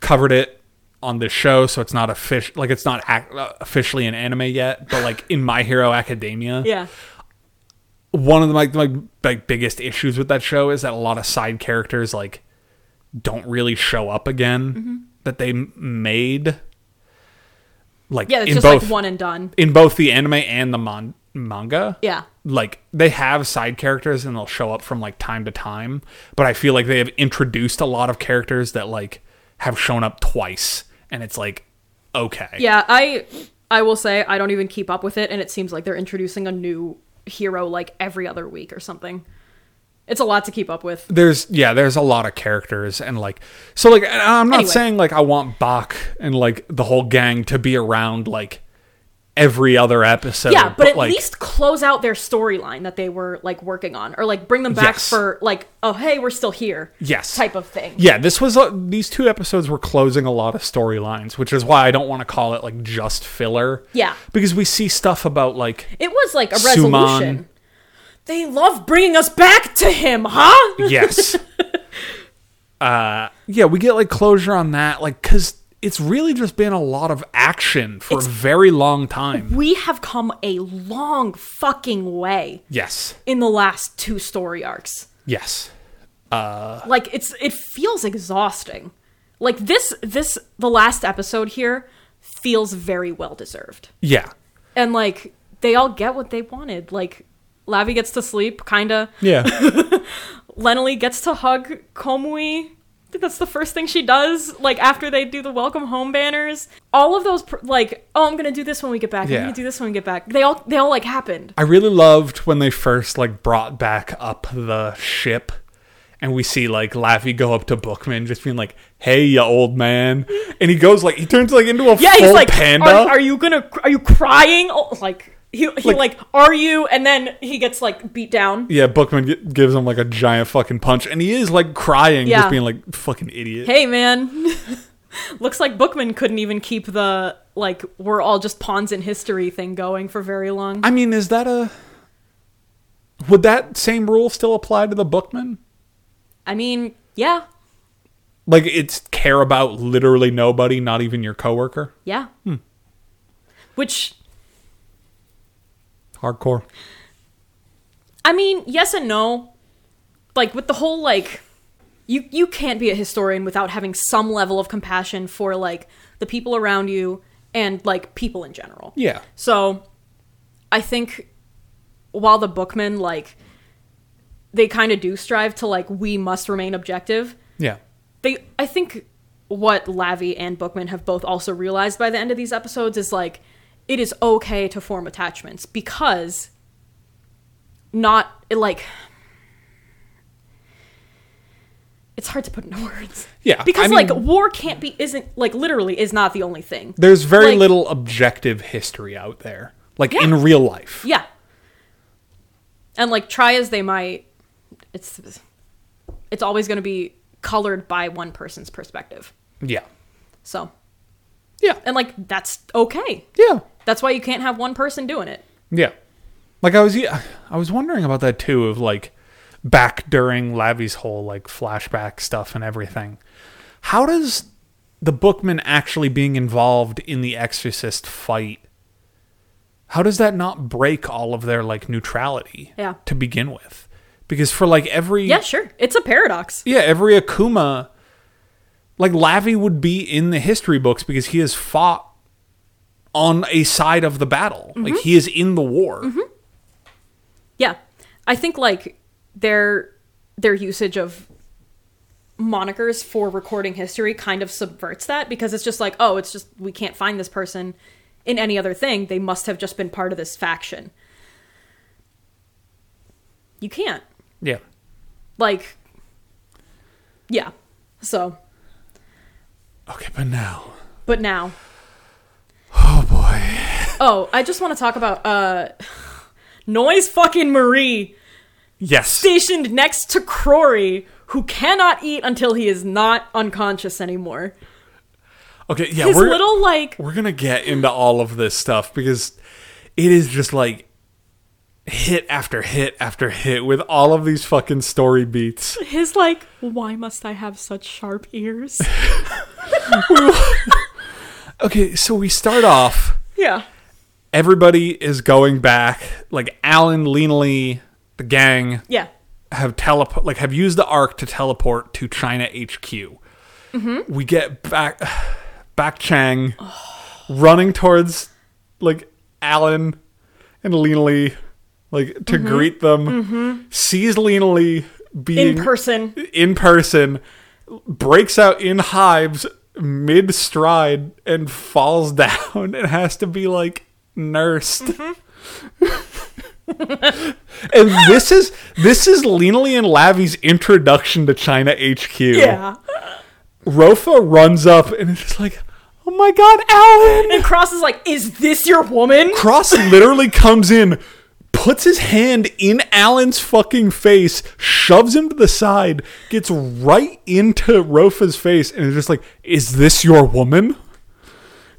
covered it on this show so it's not official like it's not ac- uh, officially an anime yet but like in My Hero Academia yeah one of the like, my like biggest issues with that show is that a lot of side characters like don't really show up again Mm-hmm. that they m- made like yeah it's in just both like one and done in both the anime and the mon- manga yeah like they have side characters and they'll show up from like time to time but i feel like they have introduced a lot of characters that like have shown up twice and it's like okay yeah i i will say i don't even keep up with it and it seems like they're introducing a new hero like every other week or something it's a lot to keep up with there's yeah there's a lot of characters and like so like and i'm not Anyway. saying like i want bach and like the whole gang to be around like every other episode Yeah, but, at like least close out their storyline that they were like working on, or like bring them back Yes. for like, oh hey, we're still here, yes type of thing. yeah this was uh, these two episodes were closing a lot of storylines which is why i don't want to call it like just filler Yeah. because we see stuff about like It was like a Suman. resolution. They love bringing us back to him, huh? yes uh yeah we get like closure on that like because it's really just been a lot of action for a very long time We have come a long fucking way yes in the last two story arcs. yes like it's it feels exhausting like this this the last episode here feels very well deserved Yeah. and like they all get what they wanted like lavi gets to sleep kinda Yeah. lenily gets to hug komui I think that's the first thing she does like after they do the welcome home banners all of those pr- like oh i'm gonna do this when we get back Yeah. i'm gonna do this when we get back they all they all like happened I really loved when they first like brought back up the ship and we see like Laffy go up to Bookman just being like, "Hey, you old man." And he goes like he turns like into a yeah full he's like panda. Are, are you gonna are you crying oh, like he, he Like- like, are you and then he gets like beat down yeah, Bookman gi- gives him like a giant fucking punch and he is like crying Yeah. just being like fucking idiot. hey man looks like bookman couldn't even keep the like we're all just pawns in history thing going for very long I mean, is that a would that same rule still apply to the Bookman? i mean yeah Like it's care about literally nobody, not even your coworker. yeah which Hardcore. i mean yes and no like with the whole like you you can't be a historian without having some level of compassion for like the people around you and like people in general Yeah. So I think while the bookmen like they kind of do strive to like we must remain objective, Yeah. they I think what Lavi and Bookman have both also realized by the end of these episodes is like it is okay to form attachments because not like it's hard to put into words. Yeah, Because I mean- like war can't be isn't like literally is not the only thing. There's very Like- little objective history out there, like Yeah. in real life. Yeah. And like try as they might, it's it's always going to be colored by one person's perspective. Yeah. So, Yeah. and like that's okay. Yeah. That's why you can't have one person doing it. Yeah. Like I was I was wondering about that too of like back during Lavi's whole like flashback stuff and everything. How does the bookman actually being involved in the exorcist fight how does that not break all of their like neutrality Yeah. to begin with? Because for like every Yeah, sure. It's a paradox. Yeah, every Akuma, like Lavi would be in the history books because he has fought on a side of the battle. Like Mm-hmm. he is in the war. Yeah. I think like their their usage of monikers for recording history kind of subverts that because it's just like, oh, it's just we can't find this person in any other thing. They must have just been part of this faction. You can't. Yeah. Like Yeah. So, Okay, but now. but now Oh boy. Oh, I just want to talk about uh Noise fucking Marie Yes. stationed next to Crory, who cannot eat until he is not unconscious anymore. Okay, yeah, His we're little like we're going to get into all of this stuff because it is just like hit after hit after hit with all of these fucking story beats. his like why must I have such sharp ears? Okay, so we start off yeah. everybody is going back. Like Alan, Lena Lee, the gang Yeah. have teleport, like have used the arc to teleport to China HQ. Mm-hmm. We get back, back Chang running towards like Alan and Lena Lee, like to Mm-hmm. greet them. Sees Lena Lee being In person. in person, breaks out in hives mid stride and falls down and has to be like nursed. and this is this is Lenely and Lavi's introduction to China HQ. Yeah. Rofa runs up and is just like, "Oh my god, Alan!" And Cross is like, is this your woman? Cross literally comes in, puts his hand in Alan's fucking face, shoves him to the side, gets right into Rofa's face, and is just like, Is this your woman? And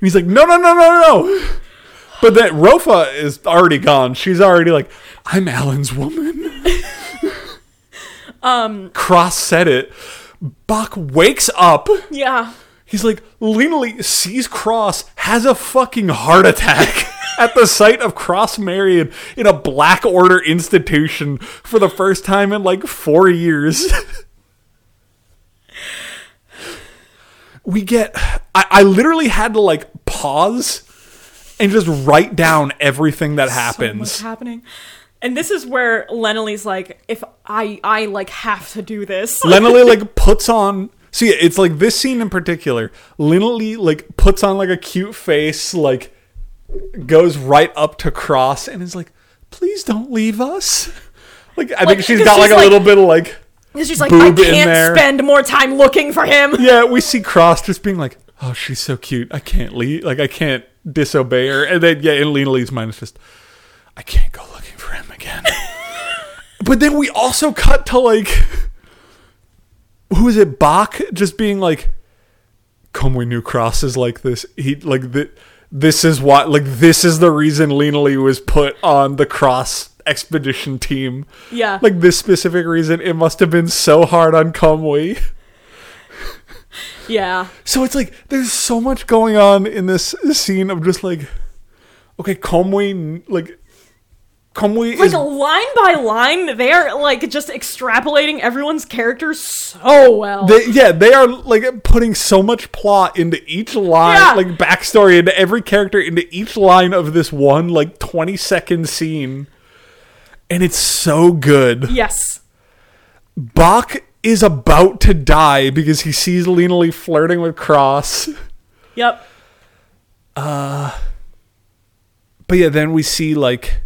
he's like, No, no, no, no, no. But that Rofa is already gone. She's already like, I'm Alan's woman. um Cross said it. Bach wakes up. yeah. He's like, literally sees Cross, has a fucking heart attack at the sight of Cross married in a Black Order institution for the first time in like four years. we get, I, I literally had to like pause and just write down everything that happens. What's happening? And this is where Lenely's like, if I I like have to do this. Lenely like puts on. See, it's like this scene in particular. Lenely like puts on like a cute face, like goes right up to Cross and is like, "Please don't leave us." Like I think Like, she's because got like she's a like- little bit of like, And she's like, I Boob in there. can't spend more time looking for him. yeah. We see Cross just being like, "Oh, she's so cute. I can't leave. Like I can't disobey her." And then yeah, and Lenely's mind is just, "I can't go looking for him again." but then we also cut to like. who is it bach just being like come we knew crosses like this he like th- this is why like this is the reason Lenely was put on the cross expedition team Yeah. like this specific reason it must have been so hard on conway Yeah. so it's like there's so much going on in this scene of just like okay conway like conway Like is line by line, they are like just extrapolating everyone's characters so well. They, yeah, they are like putting so much plot into each line, Yeah. like backstory into every character, into each line of this one like twenty second scene, and it's so good. yes. Bach is about to die because he sees Lena Lee flirting with Cross. Yep. But yeah, then we see like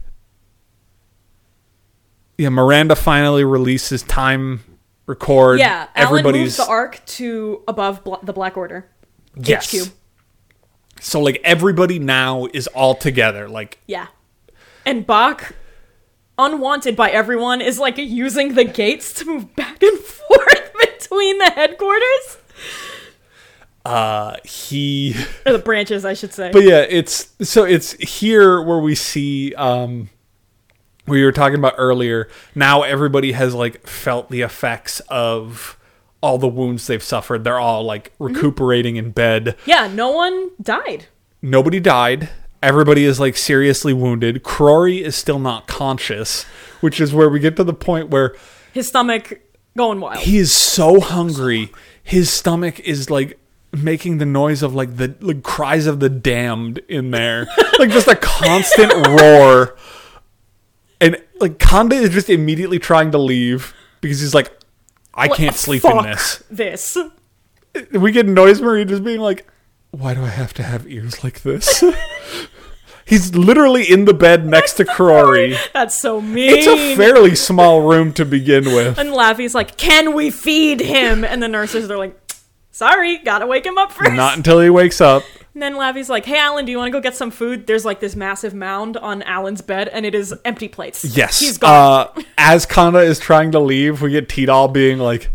yeah, Miranda finally releases time record. Yeah. Alan moves everybody's the arc to above bla the Black Order. yes. HQ. So like everybody now is all together. Like Yeah. And Bach, unwanted by everyone, is like using the gates to move back and forth between the headquarters. uh, he Or the branches, I should say. But yeah, it's so it's here where we see um we were talking about earlier. Now everybody has like felt the effects of all the wounds they've suffered. They're all like Mm-hmm. recuperating in bed. yeah, no one died. Nobody died. Everybody is like seriously wounded. Crory is still not conscious, which is where we get to the point where His stomach going wild. he is so hungry his stomach is like making the noise of like the like cries of the damned in there like just a constant roar and like Conda is just immediately trying to leave because he's like I What can't the sleep fuck? in this This. we get noise Marie just being like why do I have to have ears like this he's literally in the bed next to Crory That's so mean. it's a fairly small room to begin with and Laffy's like, can we feed him? And the nurses are like, sorry, gotta wake him up first. not until he wakes up And then Laffy's like, hey, Alan, do you want to go get some food? There's like this massive mound on Alan's bed, and it is empty plates. Yes. He's gone. Uh, as Kanda is trying to leave, we get Tidal being like,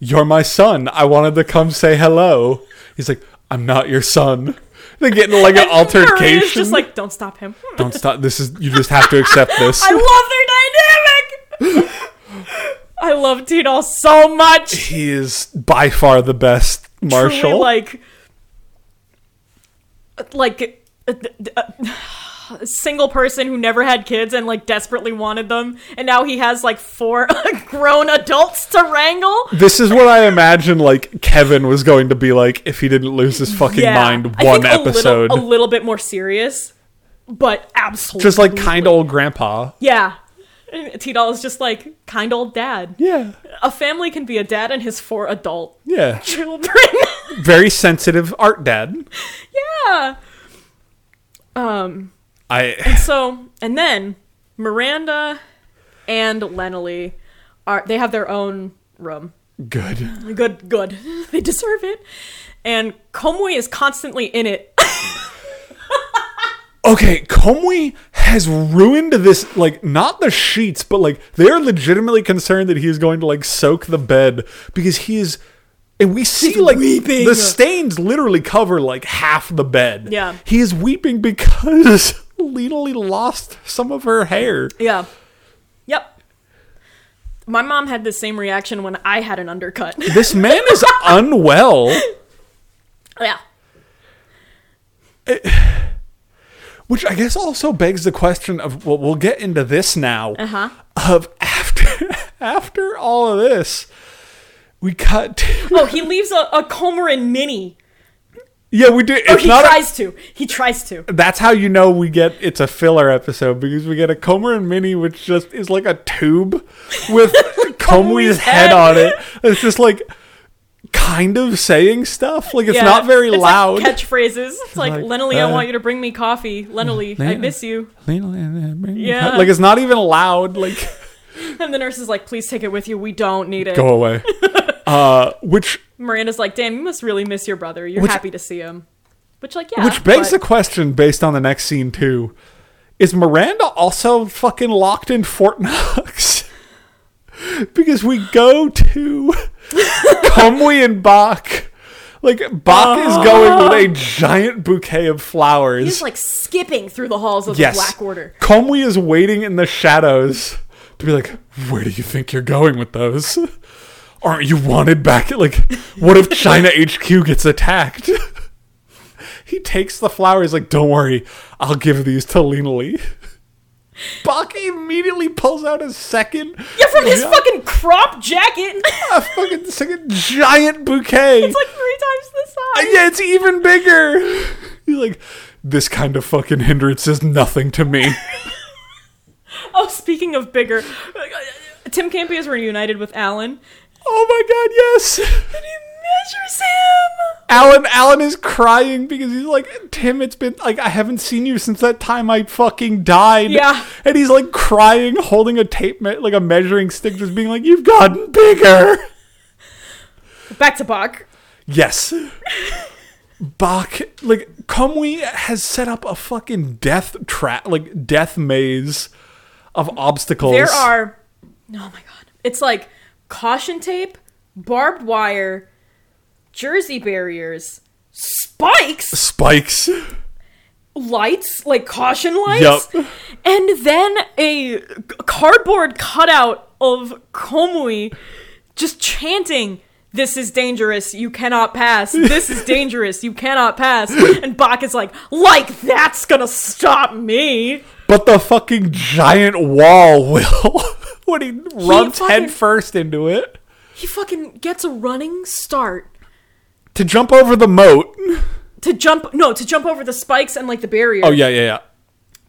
You're my son. I wanted to come say hello. He's like, I'm not your son. They get into like an altercation. It's just like, don't stop him. Don't stop. This is, you just have to accept this. I love their dynamic. I love Tino so much. he is by far the best marshal. Truly, like, like uh, a, a uh, single person who never had kids and like desperately wanted them, and now he has like four grown adults to wrangle. this is what I imagine like Kevin was going to be like if he didn't lose his fucking Yeah, mind I one think a little- episode. a little, bit more serious, but absolutely just like kind old grandpa. yeah. T doll is just like kind old dad. Yeah. A family can be a dad and his four adult Yeah. children. Very sensitive art dad. yeah. Um. I So and then Miranda and Lenely are they have their own room. good. Good, good. they deserve it. And Komui is constantly in it. Okay, Comey has ruined this, like, not the sheets, but, like, they're legitimately concerned that he is going to, like, soak the bed because he is. And we see, like, weeping. the stains literally cover, like, half the bed. Yeah. He is weeping because Lily lost some of her hair. Yeah. Yep. My mom had the same reaction when I had an undercut. This man is unwell, yeah. which I guess also begs the question of, well, we'll get into this now. Uh huh. Of after, after all of this, we cut to. Oh, he leaves a, a Comorin mini. Yeah, we do. It's Or Oh, he not. a- tries to. He tries to. that's how you know we get it's a filler episode because we get a Comer and Mini, which just is like a tube with Comui's head head. on it. It's just like kind of saying stuff. Like it's Yeah. not very It's like loud. catchphrases. It's like, like, Lenily, I uh, want you to bring me coffee. Lenily, I Lenny. miss you. Yeah. yeah. Like it's not even loud. Like And the nurse is like, please take it with you. We don't need it. go away. Uh, which Miranda's like, damn, you must really miss your brother. You're Which- happy to see him. Which, like, yeah. which begs the but- question based on the next scene too. Is Miranda also fucking locked in Fort Knox? because we go to Comwe and Bach. Like Bach is going with a giant bouquet of flowers. He's like skipping throrough the halls of yes. the Black Order. Comwe is waiting in the shadows to be like, where do you think you're going with those? Aren't you wanted back? Like, what if China HQ gets attacked? he takes the flowers, like, don't worry, I'll give these to Lena Lee. Baki immediately pulls out a second, Yeah, from his Yeah. fucking crop jacket. it's a fucking second giant bouquet. like three times the size. yeah, it's even bigger. He's like, this kind of fucking hindrance is nothing to me. uh, Oh, speaking of bigger, Tim Campy is reunited with Alan, Oh my god, yes! And he measures him. Alan Alan is crying because he's like, Tim, it's been like I haven't seen you since that time I fucking died. Yeah. And he's like crying, holding a tape me- like a measuring stick, just being like, You've gotten bigger. Back to Bach. Yes. Bach like Kumwe has set up a fucking death trap like death maze of obstacles. There are. Oh my god. It's like caution tape, barbed wire, jersey barriers, spikes, spikes. lights, like caution lights, Yup. and then a c- cardboard cutout of Komui just chanting. This is dangerous. You cannot pass. This is dangerous. You cannot pass. And Bach is like, like that's gonna stop me. But the fucking giant wall will when he runs fucking- headfirst into it. He fucking gets a running start To jump over the moat. to jump no to jump over the spikes and like the barrier Oh yeah, yeah, yeah.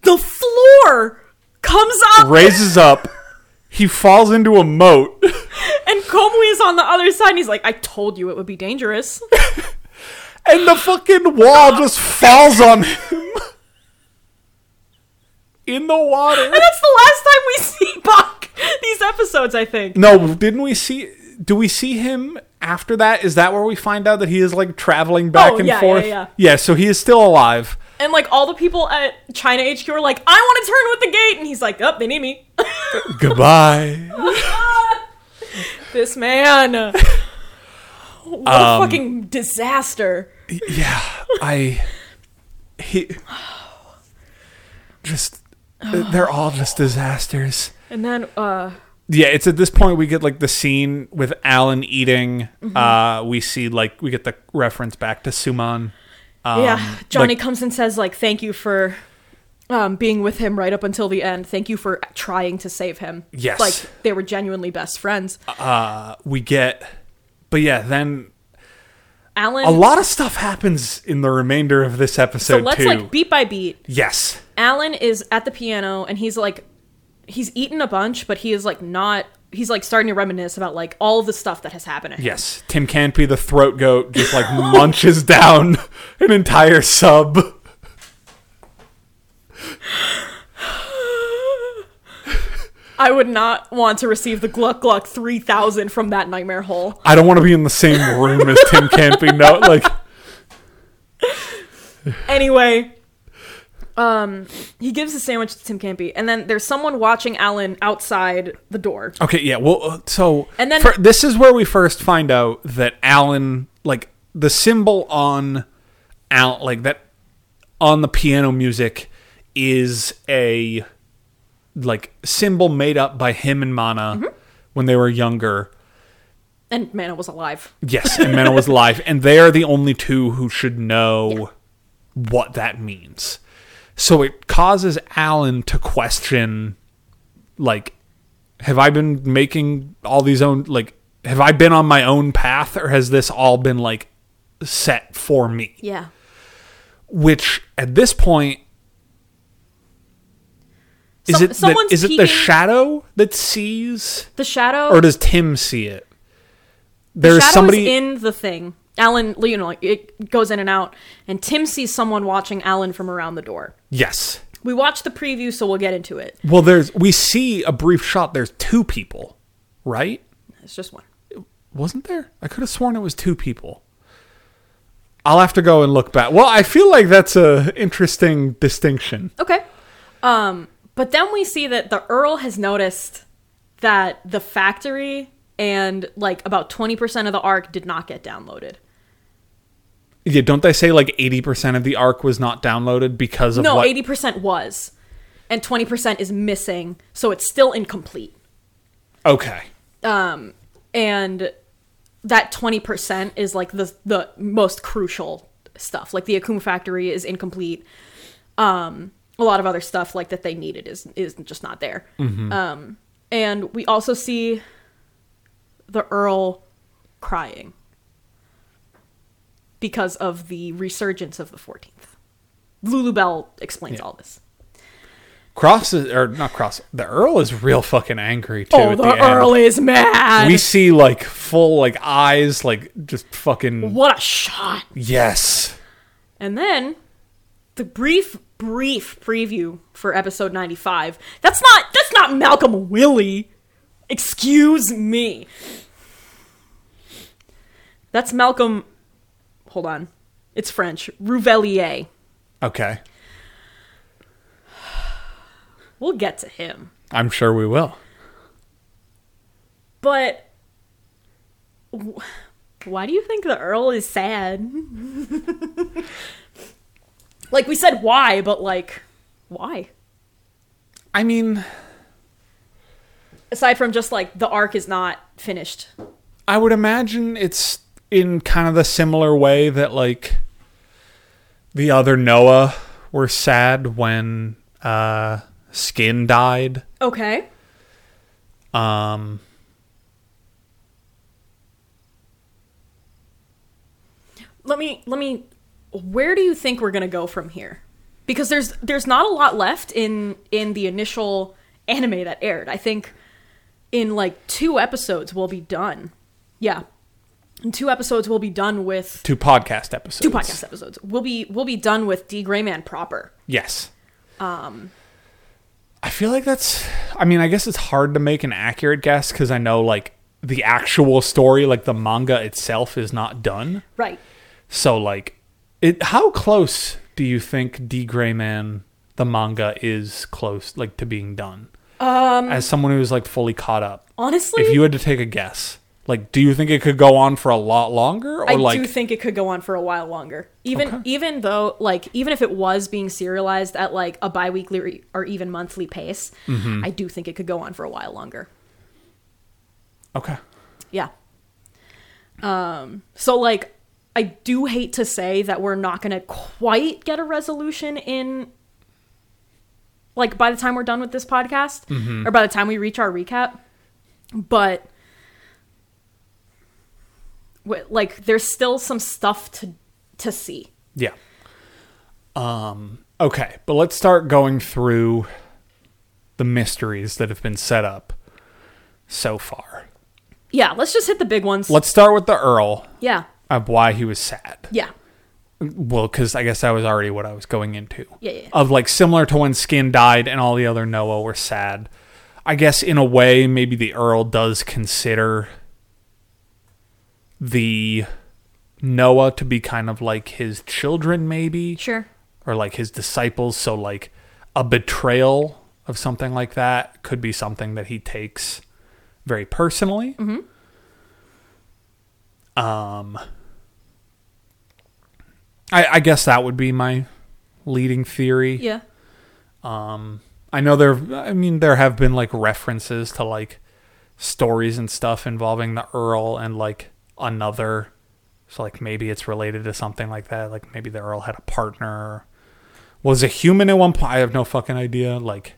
the floor comes up Raises up. He falls into a moat. and Komui is on the other side and he's like I told you it would be dangerous And the fucking wall just falls on him. In the water. that's the last time we see Bach these episodes I think No, didn't we see do we see him after that? Is that where we find out that he is like traveling back Oh, and yeah, yeah, forth? yeah. yeah, so he is still alive. and like all the people at China HQ are like I want to turn with the gate and he's like up oh, they need me Goodbye. this man what Um, a fucking disaster yeah i he just they're all just disasters and then uh yeah it's at this point we get like the scene with alan eating Mm-hmm. uh we see like we get the reference back to suman Um, yeah, Johnny like- comes and says like, "Thank you for um, being with him right up until the end. Thank you for trying to save him." Yes. like they were genuinely best friends. uh we get but yeah then Alan, a lot of stuff happens in the remainder of this so episode let's too like beat by beat. yes Alan is at the piano and he's like, he's eaten a bunch, but he is like not. He's like starting to reminisce about like all of the stuff that has happened. to him. yes tim canpy the throat goat just like munches down an entire sub I would not want to receive the Gluck Gluck three thousand from that nightmare hole. I don't want to be in the same room as Tim Campy. No, like Anyway. Um, he gives his sandwich to Tim Campy, and then there's someone watching Alan outside the door. okay, yeah. Well, uh, so And then- fir- this is where we first find out that Alan, like the symbol on Al, like that on the piano music is a like symbol made up by him and Mana Mm-hmm. when they were younger. and Mana was alive. Yes, and Mena was alive, and they are the only two who should know what that means. So it causes Alan to question, like, have I been making all these own like, have I been on my own path, or has this all been like set for me? Yeah. Which at this point. Is Some- it the, someone's is it the peeking- shadow that sees, The shadow. or does Tim see it? the There's shadow somebody is in the thing. Alan, you know, it goes in and out, and Tim sees someone watching Alan from around the door. Yes, We watched the preview, so we'll get into it. Well, there's we see a brief shot. There's two people, right? It's just one. Wasn't there? I could have sworn it was two people. I'll have to go and look back. Well, I feel like that's a interesting distinction. Okay. Um, but then we see that the Earl has noticed that the factory and like about 20% of the arc did not get downloaded. Yeah, don't they say like eighty percent of the arc was not downloaded because of No, what? 80% was. And 20% is missing, so it's still incomplete. Okay, um, and that 20% is like the the most crucial stuff like the akuma factory is incomplete um a lot of other stuff like that they needed is is just not there Mm-hmm. um and we also see the earl crying because of the resurgence of the 14th lulu bell explains Yeah. all this Cross is, or not Cross. The Earl is real fucking angry too. Oh, at the, the, Earl End. is mad. We see like full like eyes like just fucking what a shot. yes. And then the brief, brief preview for episode 95. That's not that's not Malcolm Willie. Excuse me. That's Malcolm Hold on. It's French. Rouvelier. Okay, We'll get to him. I'm sure we will. But wh- why do you think the Earl is sad? like we said why, but like why? I mean, Aside from just like the arc is not finished. I would imagine it's in kind of the similar way that like the other Noah were sad when uh Skin died. Okay. Um Let me let me where do you think we're going to go from here? Because there's there's not a lot left in in the initial anime that aired. I think in like two episodes we'll be done. Yeah. In two episodes we'll be done with two podcast episodes. two podcast episodes. We'll be we'll be done with D Grayman proper. Yes. Um I feel like that's I mean, I guess it's hard to make an accurate guess cuz I know like the actual story, like the manga itself is not done. Right. So like it how close do you think D Grayman the manga is close like to being done? Um as someone who's like fully caught up. Honestly, If you had to take a guess, like do you think it could go on for a lot longer or I like do think it could go on for a while longer. Even even though like even if it was being serialized at like a biweekly or, e- or even monthly pace, Mm-hmm. I do think it could go on for a while longer. Okay. Yeah. Um so like I do hate to say that we're not going to quite get a resolution in like by the time we're done with this podcast or by the time we reach our recap, but wi- like there's still some stuff to to see. Yeah. Um okay, but let's start going through the mysteries that have been set up so far. Yeah, let's just hit the big ones. Let's start with the Earl yeah. of why he was sad. Yeah. Well, because I guess that was already what I was going into. Yeah, yeah. Of like similar to when Skin died and all the other Noah were sad. I guess in a way, maybe the Earl does consider the Noah to be kind of like his children, maybe Sure. or like his disciples. So like a betrayal of something like that could be something that he takes very personally. Um, I, I guess that would be my leading theory. Yeah. I know there. I mean, there have been like references to like stories and stuff involving the Earl and like another. So like maybe it's related to something like that. Like maybe the Earl had a partner, was a human at one point. I have no fucking idea. Like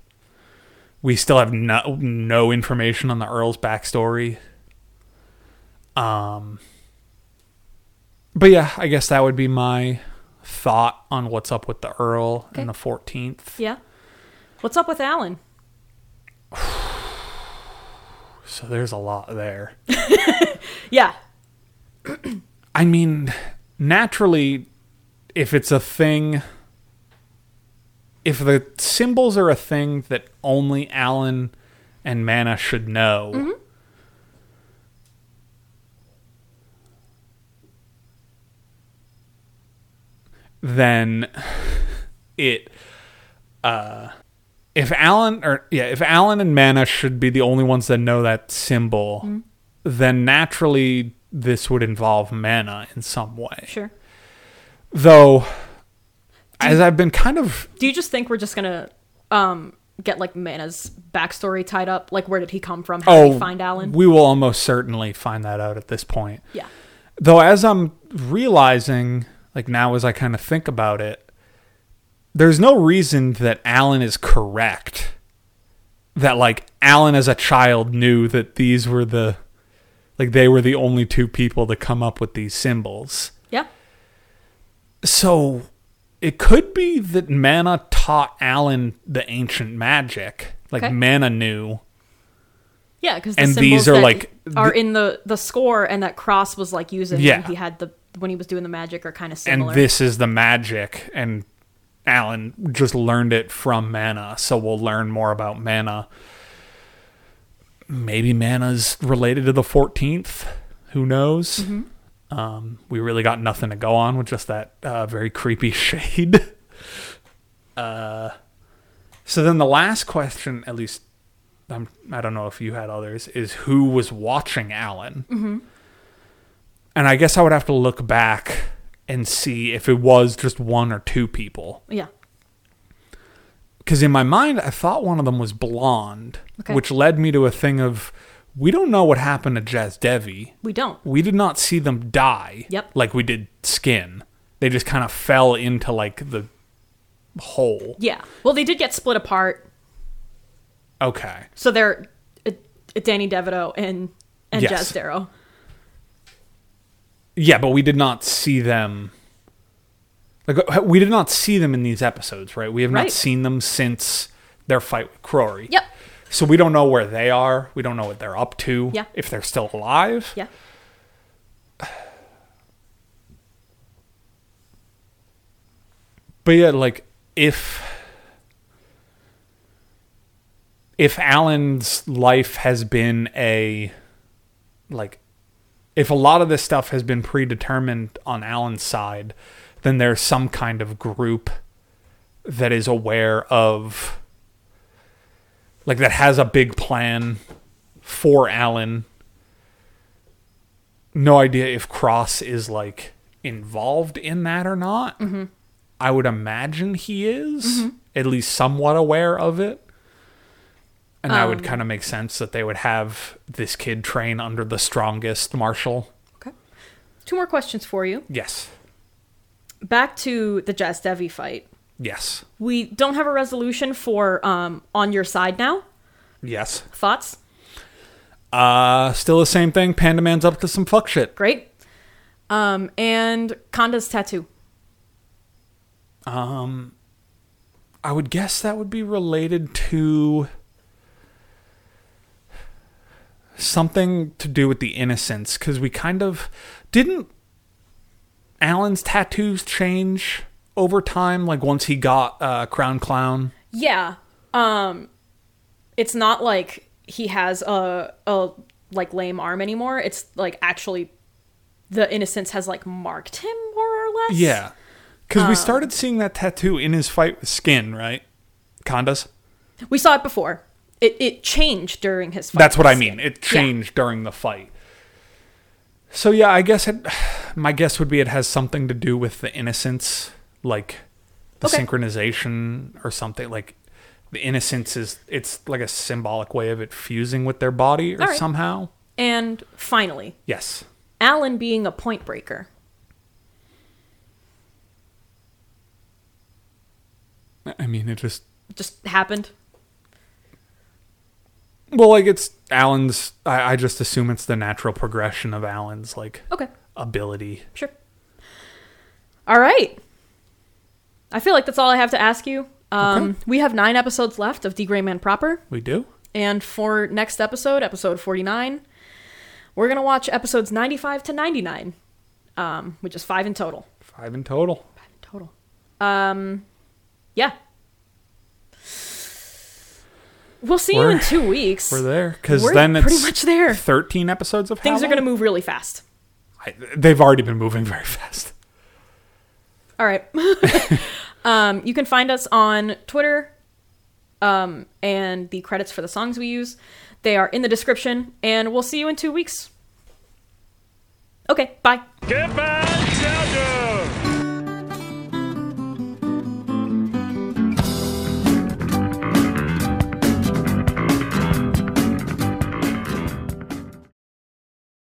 we still have no no information on the Earl's backstory. Um. But yeah, I guess that would be my thought on what's up with the Earl Okay. and the fourteenth. Yeah. What's up with Alan? So there's a lot there. Yeah. I mean, naturally, if it's a thing, if the symbols are a thing that only Alan and Mana should know, then it. Uh, if Alan or yeah, if Alan and Mana should be the only ones that know that symbol, then naturally this would involve Mana in some way Sure. though as i've been kind of Do you just think we're just gonna um get like Mana's backstory tied up? Like where did he come from? How did oh he find Alan? we will almost certainly find that out at this point yeah. though as i'm realizing like now as i kind of think about it there's no reason that alan is correct that like alan as a child knew that these were the like they were the only two people to come up with these symbols Yeah. so it could be that Mana taught Alan the ancient magic. Like Okay. Mana knew. Yeah, because the And symbols these are, that like, are th- in the the score, and that cross was like using. when Yeah. he had the when he was doing the magic are kind of And similar. this is the magic. And Alan just learned it from Mana. So we'll learn more about Mana. Maybe Mana's related to the 14th. Who knows? Um, we really got nothing to go on with just that uh, very creepy shade. uh, so then the last question, at least I'm, I don't know if you had others, is who was watching Alan? And I guess I would have to look back and see if it was just one or two people. yeah, Because in my mind, I thought one of them was blonde, Okay. which led me to a thing of we don't know what happened to Jazz Devi. we don't. We did not see them die Yep. like we did skin. They just kind of fell into like the hole. Yeah, well, they did get split apart. Okay. So they're uh, Danny DeVito and and Yes. Jazz Darrow. Yeah, but we did not see them. Like uh, we did not see them in these episodes, right? We have not Right. seen them since their fight with Crory. Yep. So we don't know where they are. We don't know what they're up to. Yeah. If they're still alive. Yeah. But yeah, like if if Alan's life has been a like if a lot of this stuff has been predetermined on Alan's side, then there's some kind of group that is aware of like that has a big plan for Alan. No idea if Cross is like involved in that or not. I would imagine he is at least somewhat aware of it. And that would kind of make sense that they would have this kid train under the strongest marshal. Okay. Two more questions for you. Yes. Back to the Jazz Devi fight. Yes. We don't have a resolution for um, on your side now. Yes. Thoughts? Uh still the same thing. Panda Man's up to some fuck shit. Great. Um, and Conda's tattoo. I would guess that would be related to something to do with the innocence cuz we kind of didn't Alan's tattoos change over time like once he got uh Crown Clown. Yeah. Um it's not like he has a a like lame arm anymore. It's like actually the innocence has like marked him more or less. Yeah. Because we started seeing that tattoo in his fight with Skin, right? Condas? We saw it before. It it changed during his fight. That's what I with mean. It Yeah. changed during the fight. So yeah, I guess it. My guess would be it has something to do with the innocence, like the Okay. synchronization or something. Like the innocence is it's like a symbolic way of it fusing with their body or All right. somehow. Skin. And finally, Yes. Alan being a point breaker. I mean, it just Just happened. well, like it's Alan's. I, I just assume it's the natural progression of Alan's like Okay, ability. sure. All right. I feel like that's all I have to ask you. Um, Okay. We have nine episodes left of D Gray Man proper. We do. And for next episode, episode 49, we're going to watch episodes 95 to 99, um, which is five in total. Five in total. Five in total. Um, yeah. We'll see you We're- in two weeks. We're there because We're then it's pretty much there. Thirteen episodes of Things how are going to long? move really fast. I, they've already been moving very fast. All right. um, you can find us on Twitter um, and the credits for the songs we use. They are in the description, and we'll see you in two weeks. Okay, bye. Goodbye, soldiers!